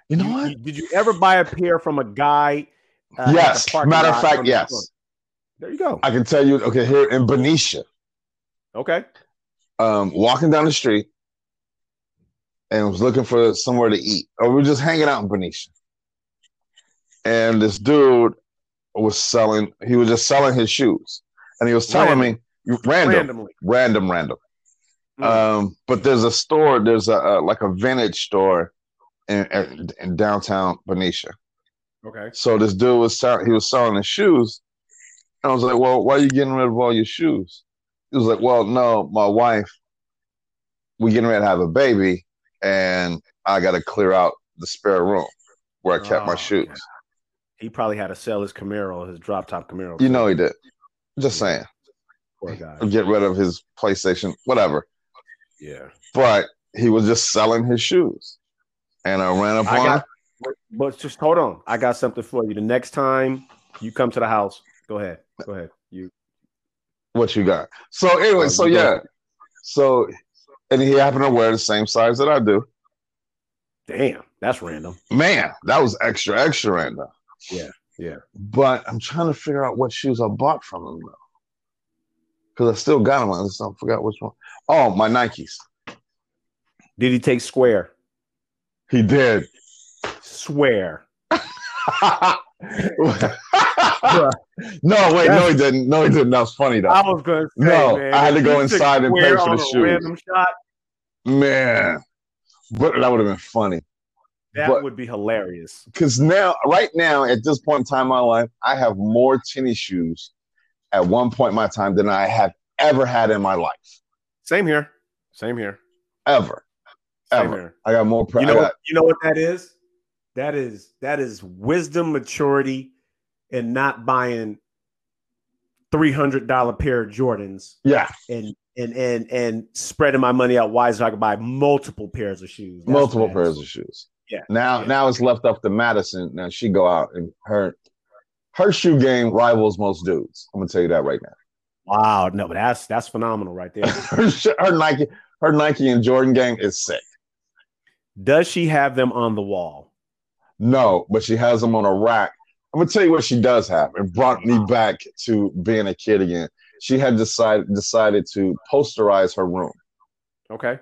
you know
You-
what?
you- did you ever buy a pair from a guy? at the
Yes,
parking
matter of
lot
fact,
from the
yes.
store? There you go.
I can tell you. Okay, here in Benicia,
Okay.
um, walking down the street and was looking for somewhere to eat. Or we were just hanging out in Benicia. And this dude was selling, he was just selling his shoes. And he was telling me, random,
randomly.
random, random.
Mm.
Um, but there's a store, there's a, a like a vintage store in, in, in downtown Benicia.
Okay.
So this dude was sell- he was selling his shoes, and I was like, "Well, why are you getting rid of all your shoes?" He was like, "Well, no, my wife, we're getting ready to have a baby, and I got to clear out the spare room where I kept
Oh,
my shoes."
He probably had to sell his Camaro, his drop top Camaro.
You know he did. Just saying,
poor guy.
get rid of his PlayStation, whatever.
Yeah.
But he was just selling his shoes, and I ran up
I
on him.
got, but just hold on. I got something for you. The next time you come to the house, go ahead. Go ahead. You.
what you got. So
Oh,
anyway, so
you go.
yeah, so and he happened to wear the same size that I do.
Damn, that's random.
Man, that was extra, extra random.
Yeah, yeah.
But I'm trying to figure out what shoes I bought from him though, because I still got them. I just don't forgot which one. Oh, my Nikes.
Did he take square?
He did.
Swear.
no, wait, no, he didn't. No, he didn't. That was funny though.
I was gonna say,
No,
man,
I had to go
you took
inside and pay
square
for the
on a
shoes.
Random shot.
Man, but that would have been funny.
That
But-
would be hilarious.
because now, right now, at this point in time in my life, I have more tennis shoes at one point in my time than I have ever had in my life,
Same here. Same here.
ever.
Same
Ever.
here.
I got more. Pre-
You know,
I
what,
got-
you know what that is? That is that is wisdom, maturity, and not buying three hundred dollar pair of Jordans
yeah,
and and and and spreading my money out wise so I could buy multiple pairs of shoes. That's
multiple
what that
pairs
is.
of shoes.
Yeah,
Now,
yeah.
now it's left up to Madison. Now she go out and her her shoe game rivals most dudes. I'm gonna tell you that right now.
Wow, no, but that's that's phenomenal right there.
her, sh- her Nike, her Nike and Jordan game is sick.
Does she have them on the wall?
No, but she has them on a rack. I'm gonna tell you what she does have. It brought
Uh-huh.
me back to being a kid again. She had decided decided to posterize her room.
Okay.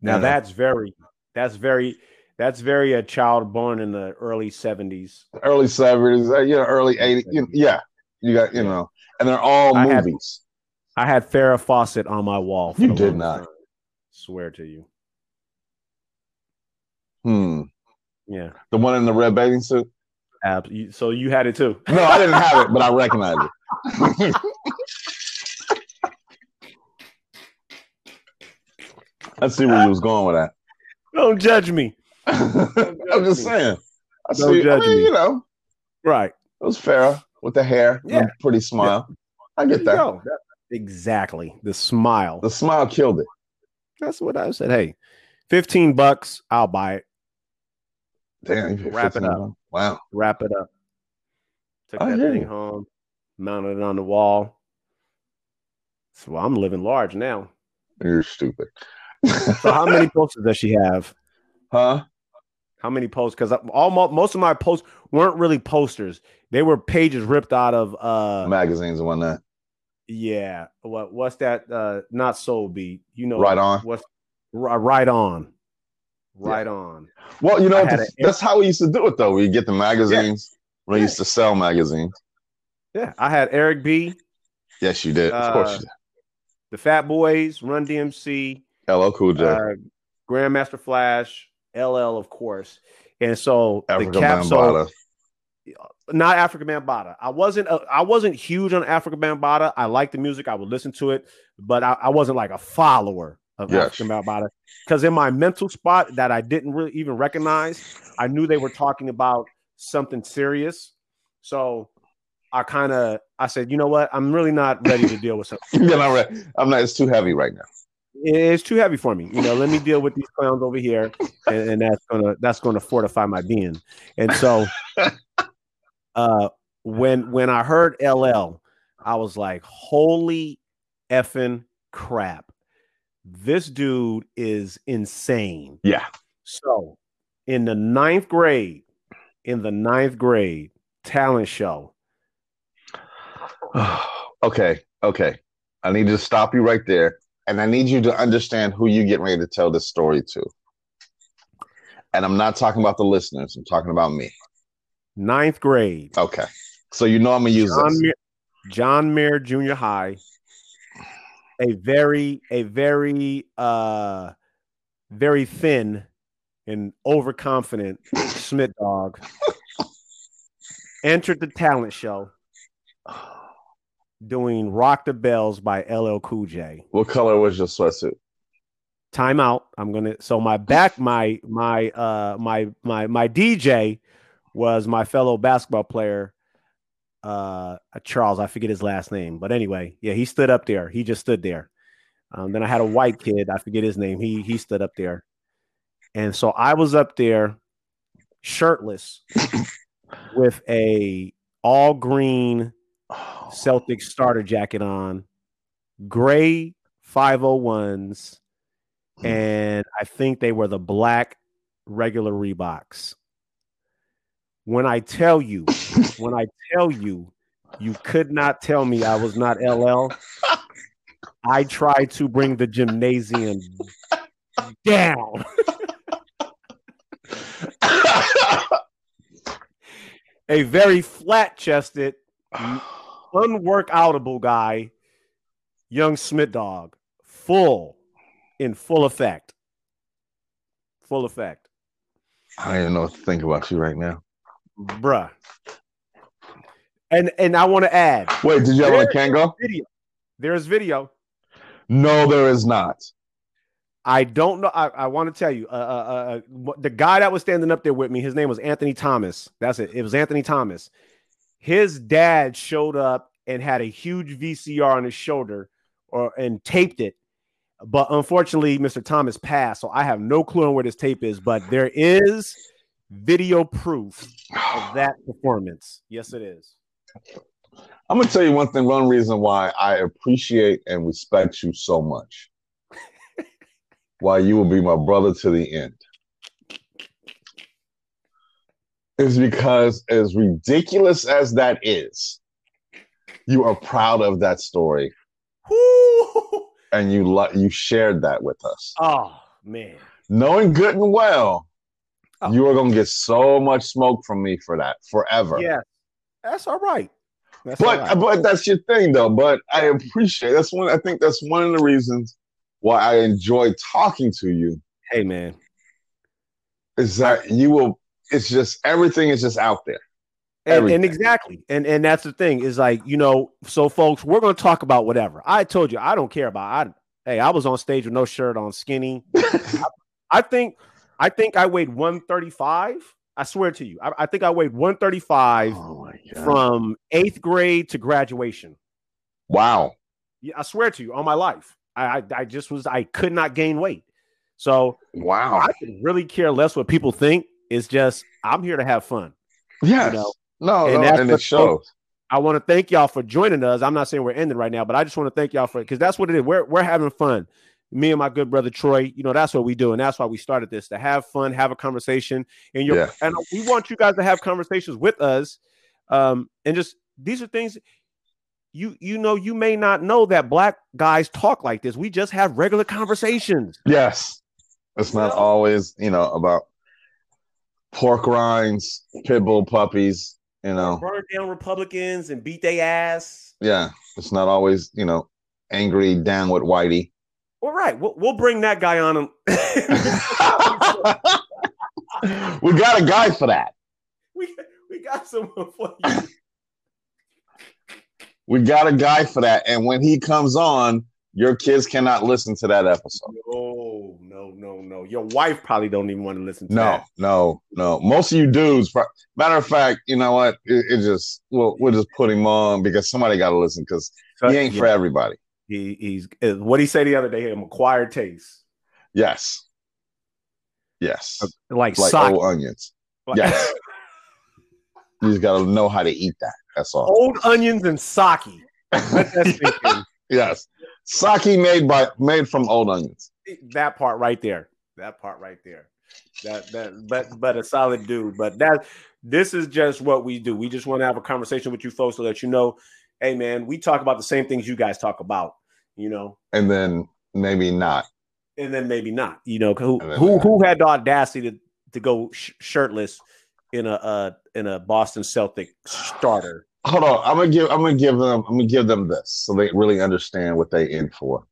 Now
Yeah.
that's very that's very that's very a child born in the early seventies.
Early seventies, uh, you know, early eighties. You yeah, you got you know, and they're all
I had-
movies.
I had Farrah Fawcett on my wall.
You
the
did
longest
not.
time. Swear to you.
Hmm.
Yeah.
The one in the red bathing suit.
Ab- you- so you had it too.
No, I didn't have it, but I recognize it. I see where you was going with that.
Don't judge me.
I'm just saying. I
Don't
see. I
judge
mean,
me.
you know.
Right.
It was Farrah with the hair,
Yeah.
and a pretty smile. I
There
get
you
that.
go. That- Exactly. The smile.
The smile killed it.
That's what I said. Hey, 15 bucks. I'll buy it.
Damn, you paid
Wrap it
15
up.
bucks. Wow.
Wrap it up. Took
I
that
hear
thing
you.
home, mounted it on the wall. So I'm living large now.
You're stupid.
So how many posters does she have?
huh?
How many posts? Because almost most of my posts weren't really posters. They were pages ripped out of uh
Magazines and whatnot.
yeah. What what's that? Uh not soul beat. You know
Right on.
what's ri- right on. Right on.
Well, you know,
I
what
had
the-
a-
that's how we used to do it, though. We get the magazines. We
Yeah.
used to sell magazines.
Yeah. I had Eric B,
Yes, you did. of
Uh,
course you did.
the Fat Boys, Run DMC,
LL Cool J.
uh, Grandmaster Flash, LL, of course. And so
Africa
the cap so
Bambaataa.
not Africa Bambaataa. I wasn't a, I wasn't huge on Africa Bambaataa. I liked the music. I would listen to it, but I, I wasn't like a follower of
Yes.
Africa Bambaataa because in my mental spot that I didn't really even recognize, I knew they were talking about something serious. So I kind of I said, you know what? I'm really not ready to deal with something.
You're not right. I'm not. It's too heavy right now.
It's too heavy for me. You know, let me deal with these clowns over here, and, and that's gonna that's gonna fortify my being. And so, uh, when when I heard LL, I was like, holy effing crap! This dude is insane.
Yeah.
So, in the ninth grade, in the ninth grade talent show,
okay. Okay. I need to stop you right there and I need you to understand who you get ready to tell this story to. And I'm not talking about the listeners. I'm talking about me.
Ninth grade,
Okay. So you know I'm gonna use
John
this.
Muir, John Muir Junior High. A very, a very, uh, very thin and overconfident Smith dog entered the talent show doing "Rock the Bells" by LL Cool J.
What color was your sweatsuit?
Time out. I'm gonna. So my back, my my uh my my my DJ was my fellow basketball player, uh Charles. I forget his last name, but anyway, yeah, he stood up there. He just stood there. Um, then I had a white kid. I forget his name. He he stood up there, and so I was up there, shirtless, with a all green Celtics starter jacket on, gray 501s,
Hmm.
and I think they were the black regular Reeboks. When I tell you, when I tell you, you could not tell me I was not LL. I tried to bring the gymnasium down. A very flat chested, unworkoutable guy, young Smith dog, full in full effect. Full effect.
I don't even know what to think about you right now.
Bruh. And and I want to add
Wait, did you have on a Kango?
video. There's video.
No, there is not.
I don't know. I, I want to tell you, uh, uh, uh, what- the guy that was standing up there with me, his name was Anthony Thomas. That's it. It was Anthony Thomas. His dad showed up and had a huge VCR on his shoulder, or and taped it. But unfortunately, Mr. Thomas passed, so I have no clue on where this tape is. But there is video proof of that performance. Yes, it is.
I'm gonna tell you one thing, one reason why I appreciate and respect you so much. why you will be my brother to the end. Is because as ridiculous as that is, you are proud of that story
Whoo!
and you lo- you shared that with us.
Oh man,
Knowing good and well,
Oh.
you are gonna get so much smoke from me for that forever.
yeah, that's all right. That's all
but um,
right.
but that's your thing though. But I appreciate that's one. I think that's one of the reasons why I enjoy talking to you
hey man,
is that you will. It's just everything is just out there.
and,
Everything.
and exactly and and that's the thing is like you know so folks we're gonna talk about whatever i told you i don't care about i hey i was on stage with no shirt on skinny i think i think i weighed 135 i swear to you i, I think i weighed 135
oh my
from eighth grade to graduation
Wow.
yeah, i swear to you on my life I, I i just was i could not gain weight so
Wow.
i could really care less what people think it's just i'm here to have fun
Yes.
you know,
no.
and
no,
that's
and
what-
it shows.
I want to thank y'all for joining us. I'm not saying we're ending right now, but I just want to thank y'all for because that's what it is. We're we're having fun. Me and my good brother Troy, you know, that's what we do, and that's why we started this to have fun, have a conversation, and your
Yeah.
and we want you guys to have conversations with us, um, and just these are things you you know you may not know that black guys talk like this. We just have regular conversations.
Yes. It's not
No.
always you know about pork rinds, pit bull puppies. You know.
Burn down Republicans and beat they ass.
Yeah. It's not always you know angry down with whitey.
All right, we'll we'll bring that guy on. and-
we got a guy for that.
we we got someone for you.
We got a guy for that. And when he comes on, your kids cannot listen to that episode.
No, Oh, no, no, no. Your wife probably don't even want to listen to
No,
that.
no, no. Most of you dudes, pro- matter of fact, you know what? It, it just we'll, we'll just put him on because somebody got to listen because he ain't for
Yeah.
everybody.
He, he's uh, what he said the other day. Him acquired taste,
Yes, yes,
like,
like
sock.
old onions.
like-
yes. You just got to know how to eat that. That's all.
old onions and sake. Let that sink in.
yes, sake made by made from old onions.
that part right there. That part right there. That that but but a solid dude. But that this is just what we do. We just want to have a conversation with you folks so that you know, hey man, we talk about the same things you guys talk about. You know,
and then maybe not.
and then maybe not. You know, who
And then
who,
not.
who had the audacity to, to go sh- shirtless in a uh, in a Boston Celtic starter?
Hold on, I'm gonna give I'm gonna give them I'm gonna give them this so they really understand what they in for.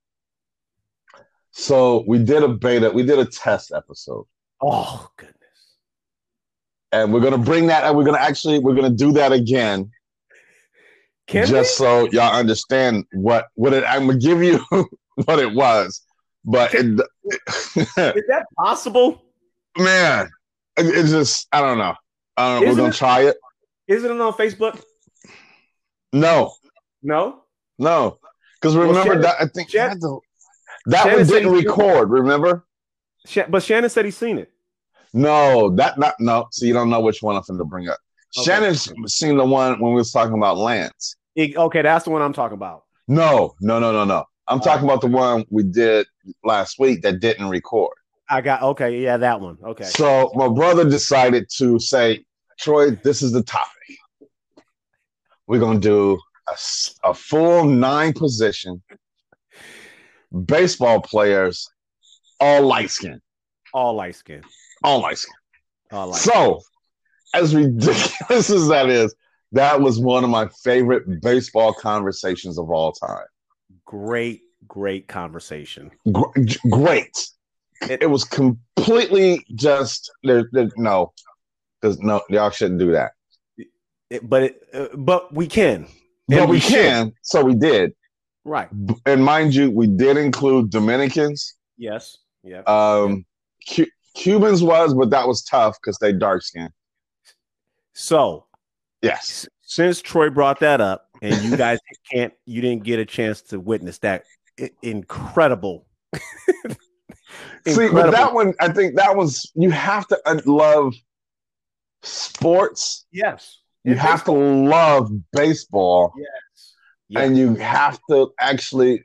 So we did a beta, we did a test episode,
Oh goodness!
and we're gonna bring that, and we're gonna actually we're gonna do that again.
Can
just
we?
so y'all understand what what it, I'm gonna give you what it was, but it,
Is that possible?
man, it, it's just I don't know. I don't know. We're
Isn't
gonna
it-
try it.
Isn't it on Facebook?
No,
No.
no, because
Well,
remember
Shannon-
that I think
Shan-
that the- that
Shannon
one
said
didn't
he-
record. Remember?
Sha but Shannon said he's seen it.
No, that not no. So you don't know which one I'm finna bring up.
Okay.
Shannon's seen the one when we was talking about Lance.
It- okay, that's the one I'm talking about.
No, no, no, no, no. I'm
All
talking about the one we did last week that didn't record.
I got okay. Yeah, that one. Okay.
So my brother decided to say, Troy, this is the topic. We're gonna do a, s- a full nine position baseball players, all light skin,
All light skin.
all light skin.
All light.
So, as ridiculous as that is, that was one of my favorite baseball conversations of all time.
great, great conversation.
Gr- j- Great. It was completely just there. there no, there's no, y'all shouldn't do that.
It- but it, uh, but we can.
But
And
we
we should.
can, so we did.
Right.
B- And mind you, we did include Dominicans.
Yes. Yeah.
Um, Cu- Cubans was, but that was tough because they dark skinned.
so
Yes,
s- since Troy brought that up, and you guys can't, you didn't get a chance to witness that i- incredible.
see, but
Incredible.
that one, I think that was you have to un- love sports.
Yes.
You
And
have to love baseball,
Yes. Yeah.
and you have to actually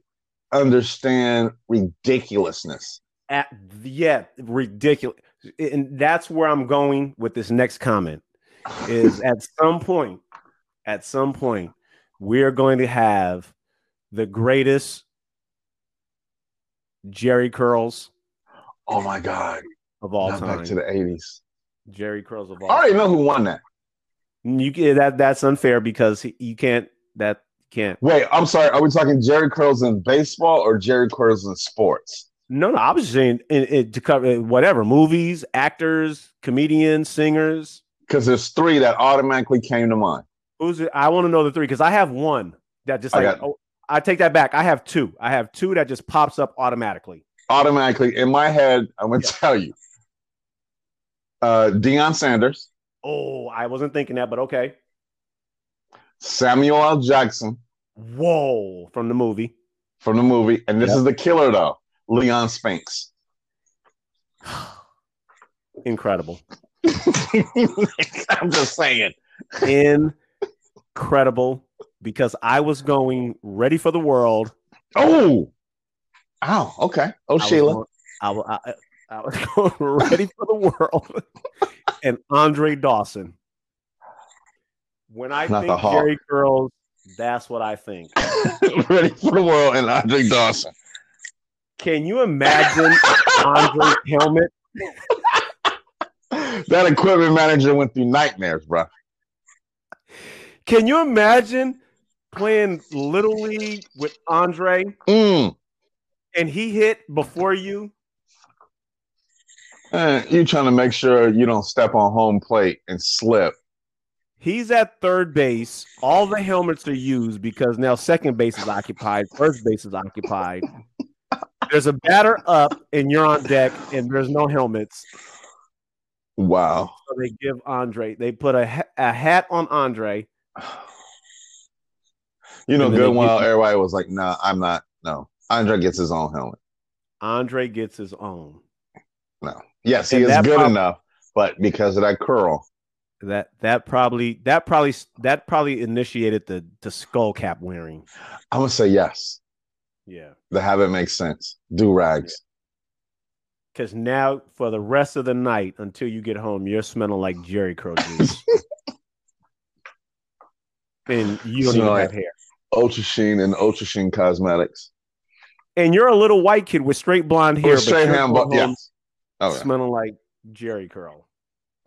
understand ridiculousness.
At, yeah. Ridiculous. And that's where I'm going with this next comment. is at some point, at some point, we are going to have the greatest Jerry curls
oh my god!
of all
Now
time.
back to the eighties.
Jerry curls of all.
I already know who won that.
time. You can- that that's unfair because he, you can't that can't.
Wait, I'm sorry. Are we talking Jerry Curls in baseball or Jerry Curls in sports?
No, no. I was just saying in, in, to cover eh, whatever movies, actors, comedians, singers.
Because there's three that automatically came to mind.
Who's it? I want to know the three because I have one that just
I
like.
got-
oh, I take that back. I have two. I have two that just pops up automatically.
Automatically in my head, I'm gonna
Yeah.
tell you. Uh Deion Sanders,
Oh, I wasn't thinking that, but okay.
Samuel L. Jackson
Whoa, from the movie.
from the movie, and this
Yep.
is the killer though, Leon Spinks.
Incredible.
I'm just saying.
Incredible. Because I was going ready for the world.
Oh. Oh, okay.
I
Oh,
was
Sheila.
going- I, wa- I, I was going ready for the world. and Andre Dawson. When I
Not the
think
Hawk.
Jerry Curls, that's what I think.
Ready for the world and Andre Dawson.
Can you imagine Andre's helmet?
that equipment manager went through nightmares, bro.
Can you imagine playing Little League with Andre?
Mm.
and he hit before you,
Eh, you trying to make sure you don't step on home plate and slip.
he's at third base. All the helmets are used because now second base is occupied, first base is occupied. There's a batter up, and you're on deck, and there's no helmets.
Wow.
So they give Andre, they put a, ha- a hat on Andre.
You know,
And then
good
they
while
give-
everybody was like, nah, I'm not. No. Andre gets his own helmet.
Andre gets his own.
No. Yes, he
And
is
that
good
prob-
enough, but because of that curl.
That that probably that probably that probably initiated the the skull cap wearing.
I'm going to say yes.
Yeah,
The habit makes sense. Do rags.
because now for the rest of the night until you get home, you're smelling like Jerry Crow juice. and you don't even
Smell like-
have hair.
Ultra Sheen and Ultra Sheen Cosmetics.
and you're a little white kid with straight blonde hair,
With straight
you're
hand,
going
but yeah.
home
Okay.
smelling like Jerry curl.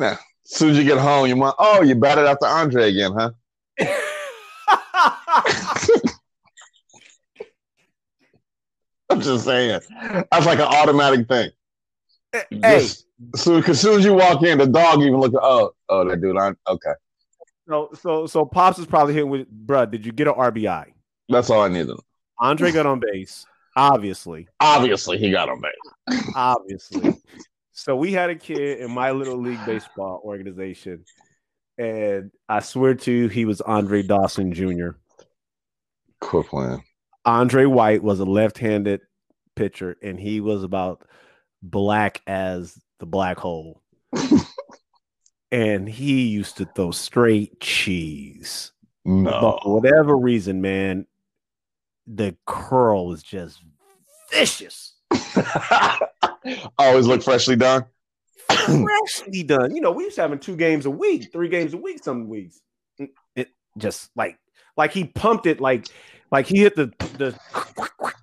As soon as you get home, your mom, oh, you batted after Andre again, huh? I'm just saying. That's like an automatic thing.
hey,
Just- so, 'cause as soon as you walk in, the dog even look. Oh, oh, that dude. I, okay,
so so so pops is probably hitting with, bruh, Did you get an RBI?
that's all I needed.
Andre got on base, obviously.
Obviously, he got on base.
obviously. so we had a kid in my little league baseball organization, and I swear to you, he was Andre Dawson Jr.
Quit playing.
Andre White was a left-handed pitcher, and he was about black as the black hole. and he used to throw straight cheese. But for
No,
whatever reason, man, the curl was just vicious.
always look freshly done.
freshly done. You know, we used to having two games a week, three games a week, some weeks. Mm, It just like like he pumped it like like he hit the the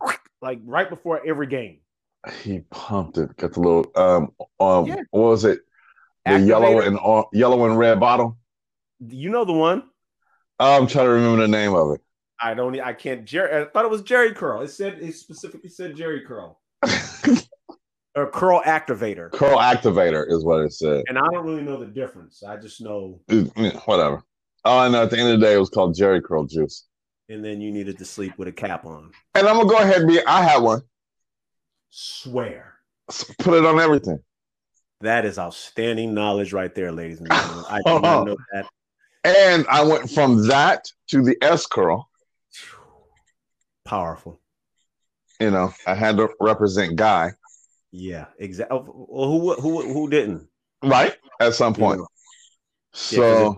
like right before every game.
He pumped it. Got the little um um.
Yeah.
What was it? The yellow
Activator.
and or, yellow and red bottle.
you know the one.
I'm trying to remember the name of it.
I don't. e, I can't. Jerry. I thought it was Jerry curl. It said it specifically said Jerry curl or curl activator.
Curl activator is what it said.
And I don't really know the difference. I just know.
It- yeah, whatever. All I know at the end of the day, it was called Jerry Curl Juice.
And then you needed to sleep with a cap on.
And I'm gonna go ahead and be. I had one.
Swear.
S- Put it on everything.
That is outstanding knowledge right there, ladies and gentlemen. I did not know that.
And I went from that to the S curl.
Powerful.
You know, I had to represent Guy,
Yeah, exactly. Well, who who who didn't?
right? At some point.
Yeah.
So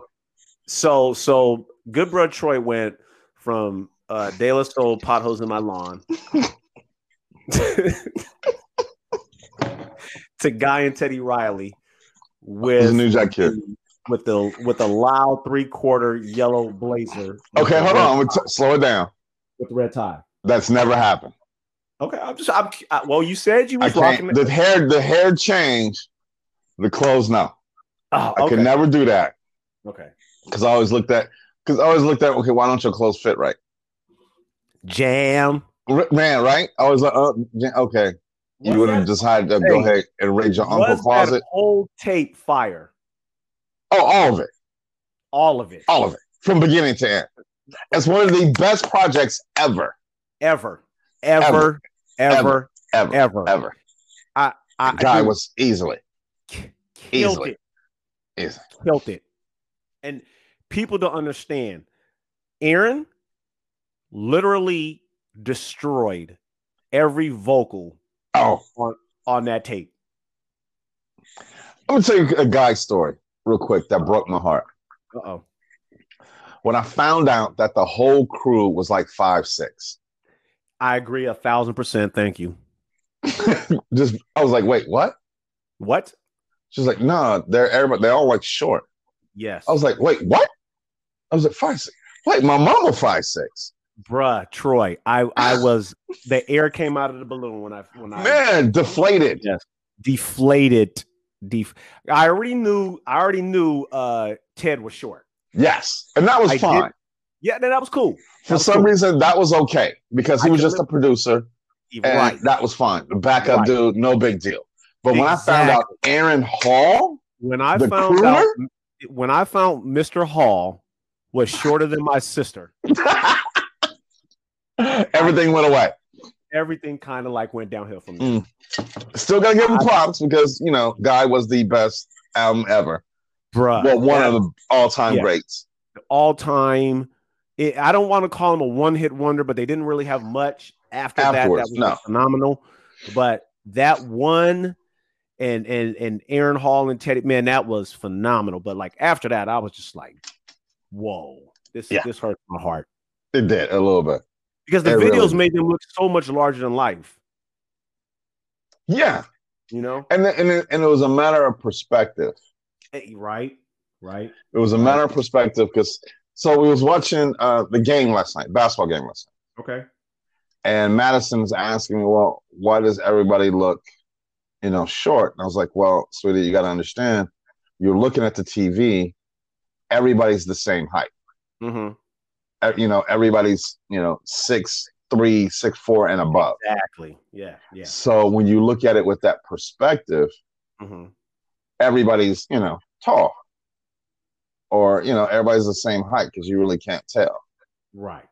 So so good bro Troy went from uh De La Soul potholes in my lawn to Guy and Teddy Riley
he's
with
a New Jack kid.
with the with a loud three quarter yellow blazer. with
Okay,
the
hold
red-
on. I'm gonna t- slow it down.
with the red tie.
That's never happened.
Okay, I'm just I'm I, well. You said you
I
was rocking
can't. The hair, the hair change, the clothes. No,
Oh,
I
okay.
can never do that
okay.
because I always looked at. Because I always looked at. Okay, why don't your clothes fit right?
Jam.
R- Man, right? I was like, uh, yeah, okay. you would
Was
have
that-
just hide up, go
Hey,
ahead and raid your uncle
was
closet.
that whole tape fire?
Oh, all of it,
All of it.
all of it, from beginning to end. It's one of the best projects ever,
ever, ever, ever,
Ever. ever, ever.
ever. I,
Guy
dude,
was easily,
k- killed
easily.
it,
easily.
killed it. And people don't understand. Aaron literally destroyed every vocal
Oh,
on that tape.
I'm gonna tell you a guy story real quick that broke my heart.
Uh oh.
When I found out that the whole crew was like five six,
I agree a thousand percent. Thank you.
just I was like, wait, what?
What?
She's like, no, they're everybody, they're all like short.
Yes.
I was like, wait, what? I was like five six. Wait, my mama five six.
Bruh, Troy. I I was the air came out of the balloon when I when I
Man, deflated.
deflated. Def- I already knew. I already knew uh, Ted was short.
Yes, and that was
I did-
fine.
Yeah, then that was cool.
For
was
some
cool.
reason, that was okay because he
I
was
can
just a producer,
Even-
and
Right.
that was fine. The backup
Right.
dude, no big deal. But when I found out Aaron Hall,
When I
The
found out, when I found Mr. Hall was shorter than my sister,
everything went away.
everything kind of like went downhill from
Mm.
there.
Still gotta give him
I-
props because you know, guy was the best album ever.
Bruh,
Well, one
that
of the all-time
Uh, Yeah.
greats.
all time. It, I don't want to call him a one hit wonder, but they didn't really have much after
Afterwards,
that. That was
no.
phenomenal. But that one and and and Aaron Hall and Teddy, man, that was phenomenal. But like after that, I was just like, whoa, this
Yeah.
this hurts my heart.
It did a little bit.
Because the
It really
videos
did.
made them look so much larger than life,
Yeah,
you know?
and then- and it, and it was a matter of perspective.
Hey, right? Right.
It was a matter of perspective because so we was watching uh, the game last night, basketball game last night.
Okay.
And Madison's asking me, well, why does everybody look, you know, short? And I was like, well, sweetie, you got to understand, you're looking at the TV, everybody's the same height.
Mm-hmm.
Uh, You know, everybody's, you know, six, three, six, four, and above.
Exactly. Yeah. Yeah.
So when you look at it with that perspective,
hmm
everybody's, you know, tall or, you know, everybody's the same height because you really can't tell.
Right.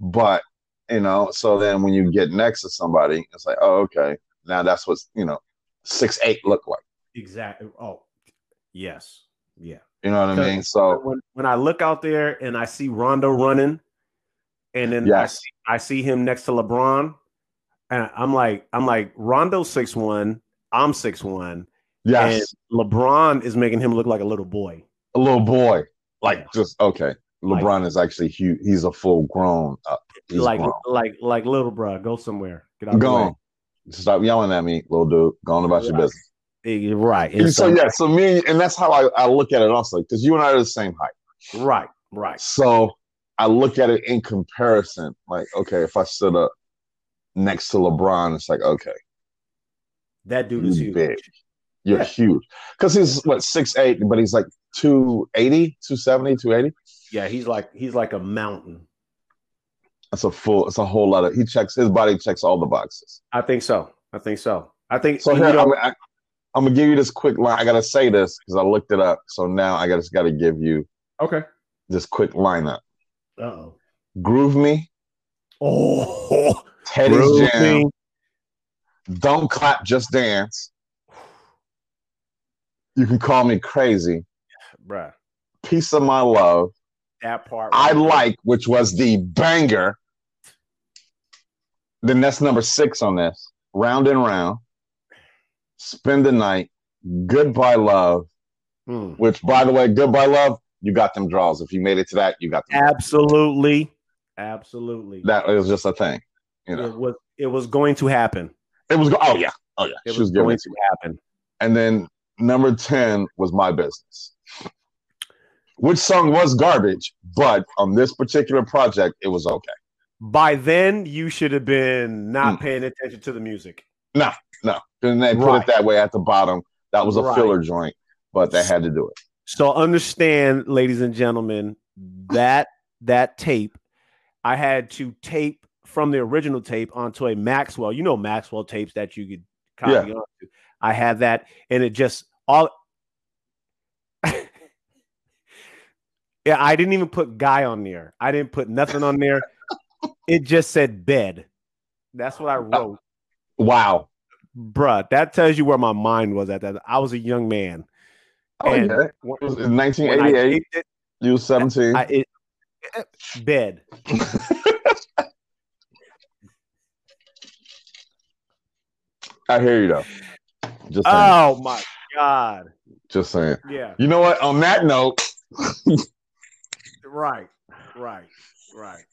But you know, so then when you get next to somebody, it's like, oh, okay, now that's what's you know, six eight look like.
Exactly. Oh, yes. Yeah.
You know what I mean? So
When, when I look out there and I see Rondo running, and then I
yes,
I see him next to LeBron, and I'm like, I'm like, Rondo six one, I'm six one,
yes,
and LeBron is making him look like a little boy.
a little boy, like
Yeah.
just okay. LeBron is actually huge. He's a full grown up. He's
like,
grown.
like, like, little bruh, go somewhere. Get out
Go on. Stop yelling at me, little dude. Go on about your
Right.
business.
the way. Eh, you're Right. And
And so
so-
yeah, so me and that's how I, I look at it also, because you and I are the same height.
Right. Right.
So I look at it in comparison. Like, okay, if I stood up next to LeBron, it's like, okay.
That dude is
You
huge.
big. You're
Yeah.
huge. Because he's what, 6'8, but he's like 280, 270, 280.
Yeah, he's like he's like a mountain.
That's a full, it's a whole lot of, he checks, his body checks all the boxes.
I think so. I think so. I think
So
you
here,
know,
I'm, I, I'm going to give you this quick line. I got to say this because I looked it up. So now I got just got to give you
okay.
this quick lineup
Uh oh.
Groove Me,
Oh,
Teddy's
Groove
Jam,
Me.
Don't Clap, Just Dance. You can call me crazy.
bruh,
Piece of My Love.
that part.
I
right there.
Like, which was the banger. Then that's number six on this. Round and round. Spend the night. Goodbye love.
Mm.
Which, by the way, goodbye love. You got them draws. If you made it to that, you got them.
absolutely, absolutely.
That was just a thing. You know,
It was it was going to happen.
it was. Go- oh yeah, oh yeah.
It
She
was
was giving
going
it.
to happen.
And then number ten was my business, which song was garbage, but on this particular project, it was okay.
By then, you should have been not
Mm.
paying attention to the music.
No, then they put
Right.
it that way at the bottom. That was a
Right.
filler joint, but they had to do it.
So understand, ladies and gentlemen, that that tape I had to tape from the original tape onto a Maxwell. You know Maxwell tapes that you could copy
Yeah.
onto. I had that, and it just all. yeah, I didn't even put guy on there. I didn't put nothing on there. it just said bed. That's
Oh.
what I wrote,
Wow.
bruh. That tells you where my mind was at that. I was a young man.
Oh,
And
yeah.
when-
It was
when
in
I
1988.
taped it,
You were 17.
I, it, bed.
I hear you though. Just saying.
Oh my god!
just saying.
Yeah,
You know what? On that note,
right, right, right.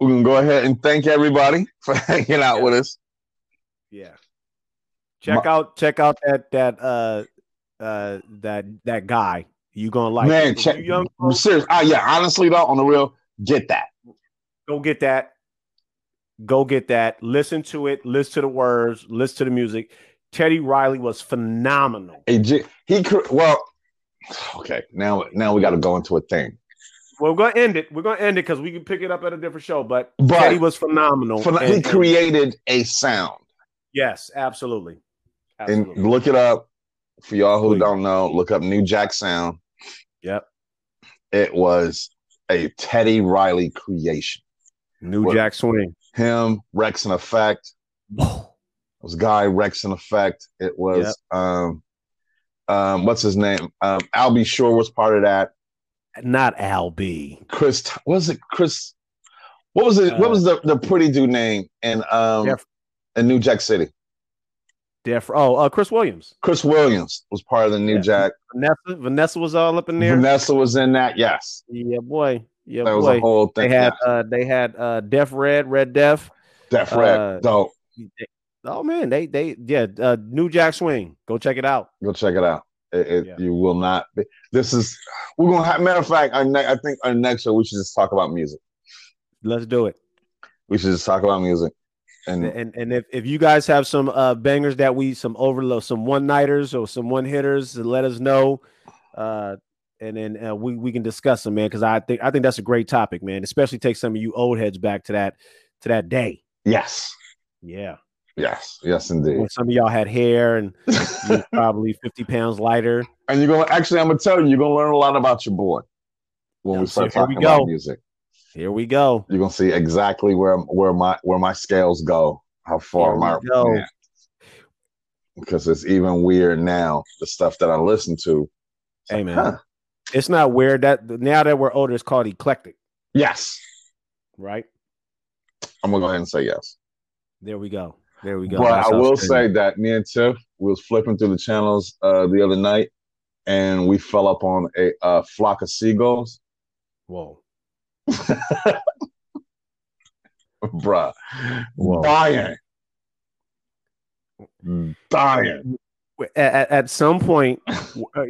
we're gonna go ahead and thank everybody for hanging out with us.
Yeah. Check out check out that that uh uh that that guy. You gonna like
Man,
If
check-
you young
I'm
folks,
serious. Ah, yeah. Honestly though, on the real, get that.
go get that. Go get that. Listen to it, listen to the words, listen to the music. Teddy Riley was phenomenal.
Hey, J- he cr- well. Okay, now now we got to go into a thing.
Well, we're gonna end it. We're gonna end it because we can pick it up at a different show. But,
But-
Teddy was phenomenal.
For,
and-
he created a sound,
yes, absolutely.
and
Absolutely.
look it up for y'all who
Please.
don't know. Look up New Jack Sound.
Yep.
It was a Teddy Riley creation.
New
What-
Jack Swing.
him, Rex and Effect. It was Guy Rex and Effect. It was um um what's his name? Um Albie Shore was part of that.
Not Al B.
Chris was it Chris what was it? what was the, the pretty dude name in um
Jeff-
in New Jack City?
Def- oh, uh, Chris Williams.
Chris Williams was part of the New
Yeah.
Jack.
Vanessa, Vanessa was all up in there.
Vanessa was in that, yes.
Yeah, boy. Yeah,
That was
boy.
a whole
they
thing.
had uh they had uh Def Red, Red Def.
yeah. Def Red.
uh,
Dope.
Oh man, they they yeah, uh New Jack Swing. Go check it out.
Go check it out. It, it-
Yeah.
You will not. Be, this is we're gonna have. Matter of fact, our ne- I think our next show we should just talk about music.
Let's do it.
We should just talk about music. And
And and if, if you guys have some uh, bangers that we some overload, some one nighters or some one hitters, let us know. Uh, and then uh, we we can discuss them, man. Because I think I think that's a great topic, man. Especially take some of you old heads back to that to that day.
yes,
Yeah,
yes, yes, indeed.
when some of y'all had hair and you were
and
probably fifty pounds lighter.
you're gonna actually, I'm gonna tell you, you're gonna learn a lot about your boy when
Yeah,
we
so
start
here we
talking about
go.
music.
Here we go.
You're gonna see exactly where where my where my scales go, how far
Here
my
we go.
man. because it's even weird now the stuff that I listen to. It's
Hey,
like,
man.
huh,
It's not weird that now that we're older, it's called eclectic,
yes,
right?
I'm gonna go ahead and say yes.
There we go. There we go.
But
That's
I will say
outstanding.
that me and Tiff we was flipping through the channels uh, the other night, and we fell up on a uh, flock of seagulls,
whoa,
bruh,
Whoa. Mm.
dying, dying.
at, at- at some point, w- uh,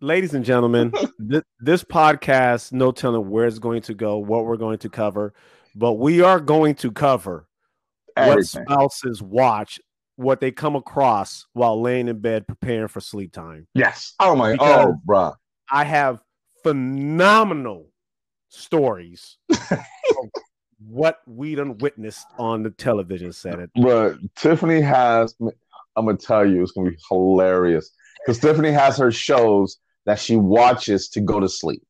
ladies and gentlemen, th- this podcast, no telling where it's going to go, what we're going to cover, but we are going to cover what
Everything.
spouses watch, what they come across while laying in bed preparing for sleep time.
Yes. Oh my.
Because-
oh, bruh.
I have phenomenal stories of what we done witnessed on the television set. It.
But Tiffany has, I'm gonna tell you, it's gonna be hilarious because Tiffany has her shows that she watches to go to sleep.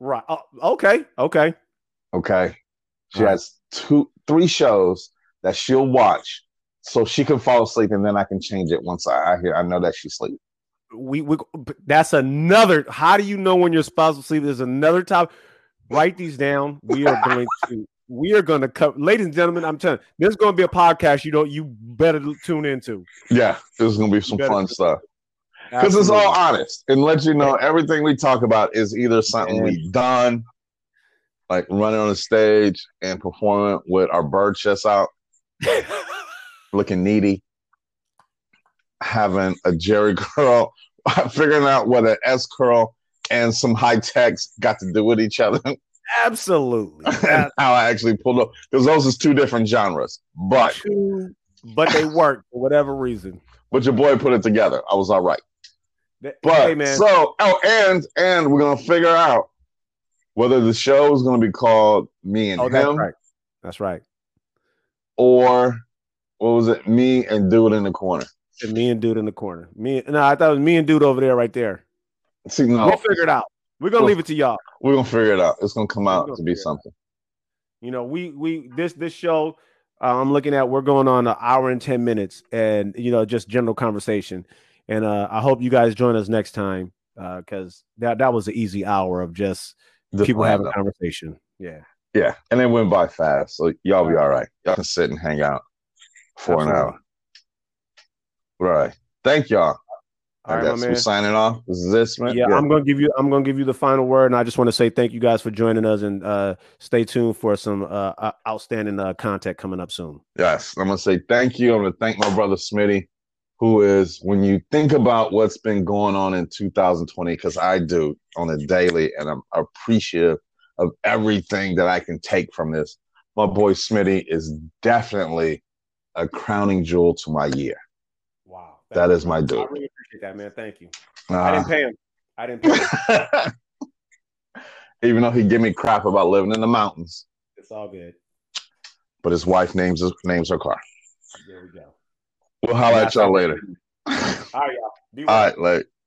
Right. Oh, okay. Okay.
Okay, she
Right.
has two, three shows that she'll watch so she can fall asleep, and then I can change it once I, I hear I know that she's asleep.
we, we but that's another how do you know when your spouse will sleep there's another topic write these down we are going to we are going to cover ladies and gentlemen i'm telling you, there's going to be a podcast you don't you better tune into
Yeah, this is gonna be some
better
fun
do
stuff because it's all
Absolutely.
honest and let you know everything we talk about is either something
Man.
we've done, like running on the stage and performing with our bird chests out. looking needy, having a Jerry curl, figuring out what an S curl and some high techs got to do with each other, and
absolutely Uh,
how I actually pulled up because those is two different genres. But
two, but they work for whatever reason
but your boy put it together. I was all right.
Th-
But
hey man
so oh, and and we're gonna figure out whether the show is gonna be called Me and
oh that's
Him
right that's right
or what was it? Me and Dude in the Corner.
and me and dude in the corner me no i thought it was me and dude over there right there
See, no,
we'll figure it out we're going to
Oh. We'll-
leave it to y'all
we're gonna figure it out. It's gonna come out
gonna
to
figure
be
it out.
something.
You know, we we this this show uh, I'm looking at we're going on an hour and 10 minutes and you know, just general conversation. And uh I hope you guys join us next time uh cuz that that was an easy hour of just
Just
people having
random.
conversation. Yeah.
Yeah, and it went by fast, so y'all be all right. Y'all can sit and hang out for an hour.
Absolutely.
Right. Thank y'all.
All
I
right, my
guess we
man.
signing off. Is this man?
Yeah, I'm going to give you I'm going to give you the final word and I just want to say thank you guys for joining us and uh stay tuned for some uh uh, outstanding uh content coming up soon.
yes. I'm gonna say thank you. I'm gonna thank my brother Smitty, who is when you think about what's been going on in 2020, because I do on a daily, and I'm appreciative of everything that I can take from this. My boy Smitty is definitely a crowning jewel to my year.
Wow.
That is my dude.
really appreciate that, man. Thank you.
Uh,
pay him. I didn't
Even though he give me crap about living in the mountains,
It's all good.
but his wife names names her car.
There we go.
We'll holler at y'all later.
All right, y'all. Be
All right, later.